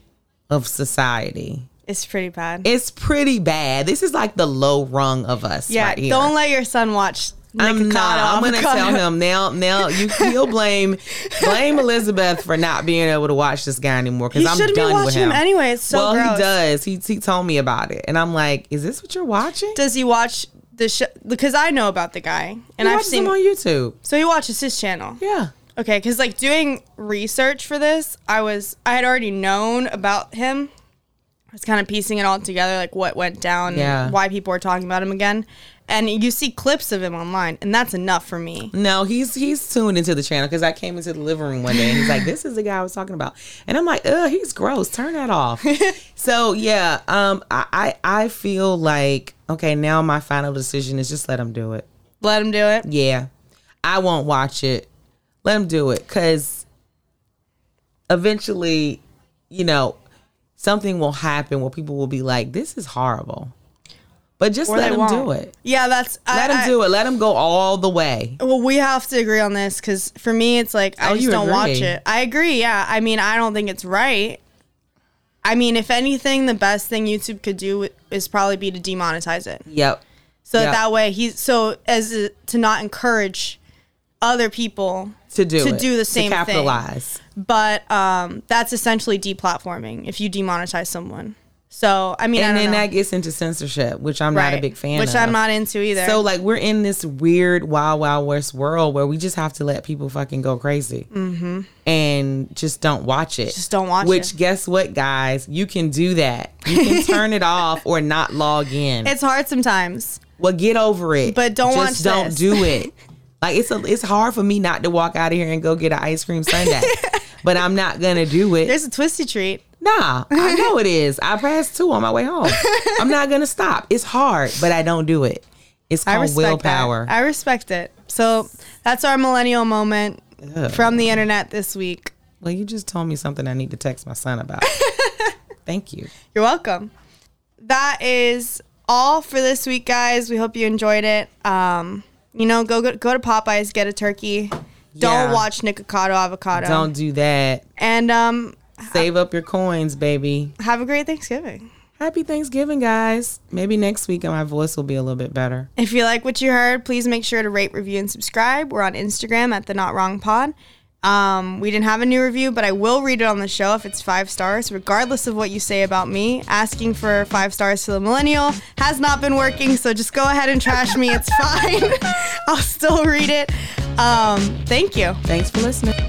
Speaker 3: of society.
Speaker 2: It's pretty bad.
Speaker 3: It's pretty bad. This is like the low rung of us.
Speaker 2: yeah,
Speaker 3: right here.
Speaker 2: don't let your son watch.
Speaker 3: I'm
Speaker 2: Nikocado
Speaker 3: not. I'm gonna
Speaker 2: Avocado.
Speaker 3: tell him now. Now you, you'll blame blame Elizabeth for not being able to watch this guy anymore because
Speaker 2: He
Speaker 3: I'm
Speaker 2: shouldn't be
Speaker 3: done with
Speaker 2: watching
Speaker 3: him.
Speaker 2: him anyway. It's so
Speaker 3: well,
Speaker 2: gross.
Speaker 3: he does. He he told me about it, and I'm like, is this what you're watching?
Speaker 2: Does he watch the show because I know about the guy and
Speaker 3: I
Speaker 2: I've
Speaker 3: watched him
Speaker 2: seen.
Speaker 3: on YouTube.
Speaker 2: so he watches his channel.
Speaker 3: Yeah.
Speaker 2: Okay, because like doing research for this, I was I had already known about him. I was kind of piecing it all together, like what went down,
Speaker 3: Yeah.
Speaker 2: why people are talking about him again, and you see clips of him online, and that's enough for me.
Speaker 3: No, he's he's tuned into the channel because I came into the living room one day and he's like, "This is the guy I was talking about," and I'm like, "Ugh, he's gross. Turn that off." so yeah, um, I, I I feel like okay, now my final decision is just let him do it.
Speaker 2: Let him do it.
Speaker 3: Yeah, I won't watch it. Let him do it because eventually, you know, something will happen where people will be like, "This is horrible," but just
Speaker 2: Or
Speaker 3: let
Speaker 2: they
Speaker 3: him do
Speaker 2: won't.
Speaker 3: it.
Speaker 2: Yeah, that's
Speaker 3: Let him do it. Let him go all the way.
Speaker 2: Well, we have to agree on this because for me, it's like I
Speaker 3: Oh,
Speaker 2: just
Speaker 3: you
Speaker 2: don't watch
Speaker 3: agree.
Speaker 2: it. I agree. Yeah, I mean, I don't think it's right. I mean, if anything, the best thing YouTube could do is probably be to demonetize it,
Speaker 3: Yep.
Speaker 2: so that
Speaker 3: Yeah.
Speaker 2: that way he's so as a- to not encourage other people.
Speaker 3: to do
Speaker 2: to
Speaker 3: it,
Speaker 2: do the same
Speaker 3: to
Speaker 2: thing.
Speaker 3: capitalize.
Speaker 2: But um, that's essentially deplatforming if you demonetize someone. So I mean, I
Speaker 3: And
Speaker 2: don't
Speaker 3: then
Speaker 2: know.
Speaker 3: that gets into censorship, which I'm not a
Speaker 2: Right.
Speaker 3: big fan
Speaker 2: which
Speaker 3: of.
Speaker 2: I'm not into either.
Speaker 3: So like we're in this weird wild wild west world where we just have to let people fucking go crazy mm-hmm. and just don't watch it.
Speaker 2: Just don't watch
Speaker 3: Which
Speaker 2: it.
Speaker 3: guess what, guys, you can do that. You can turn it off or not log in.
Speaker 2: it's hard sometimes.
Speaker 3: well, get over it.
Speaker 2: But don't watch
Speaker 3: just don't
Speaker 2: this.
Speaker 3: do it. Like it's a, it's hard for me not to walk out of here and go get an ice cream sundae, but I'm not gonna do it.
Speaker 2: There's a twisty treat.
Speaker 3: Nah, I know it is. I passed two on my way home. I'm not gonna stop. It's hard, but I don't do it. It's
Speaker 2: I
Speaker 3: called
Speaker 2: respect
Speaker 3: willpower.
Speaker 2: That. I respect it. So that's our millennial moment
Speaker 3: Ugh.
Speaker 2: from the internet this week.
Speaker 3: well, you just told me something I need to text my son about. Thank you.
Speaker 2: You're welcome. That is all for this week, guys. We hope you enjoyed it. Um, you know, go go, go to Popeyes, get a turkey.
Speaker 3: Yeah.
Speaker 2: Don't watch Nikocado Avocado.
Speaker 3: Don't do that.
Speaker 2: And um,
Speaker 3: Save up your coins, baby.
Speaker 2: have a great Thanksgiving.
Speaker 3: Happy Thanksgiving, guys. Maybe next week my voice will be a little bit better.
Speaker 2: If you like what you heard, please make sure to rate, review, and subscribe. We're on Instagram at the Not Wrong Pod. Um, we didn't have a new review, but I will read it on the show if it's five stars, regardless of what you say about me. Asking for five stars to the millennial has not been working, so just go ahead and trash me. It's fine. I'll still read it. Um, thank you.
Speaker 3: Thanks for listening.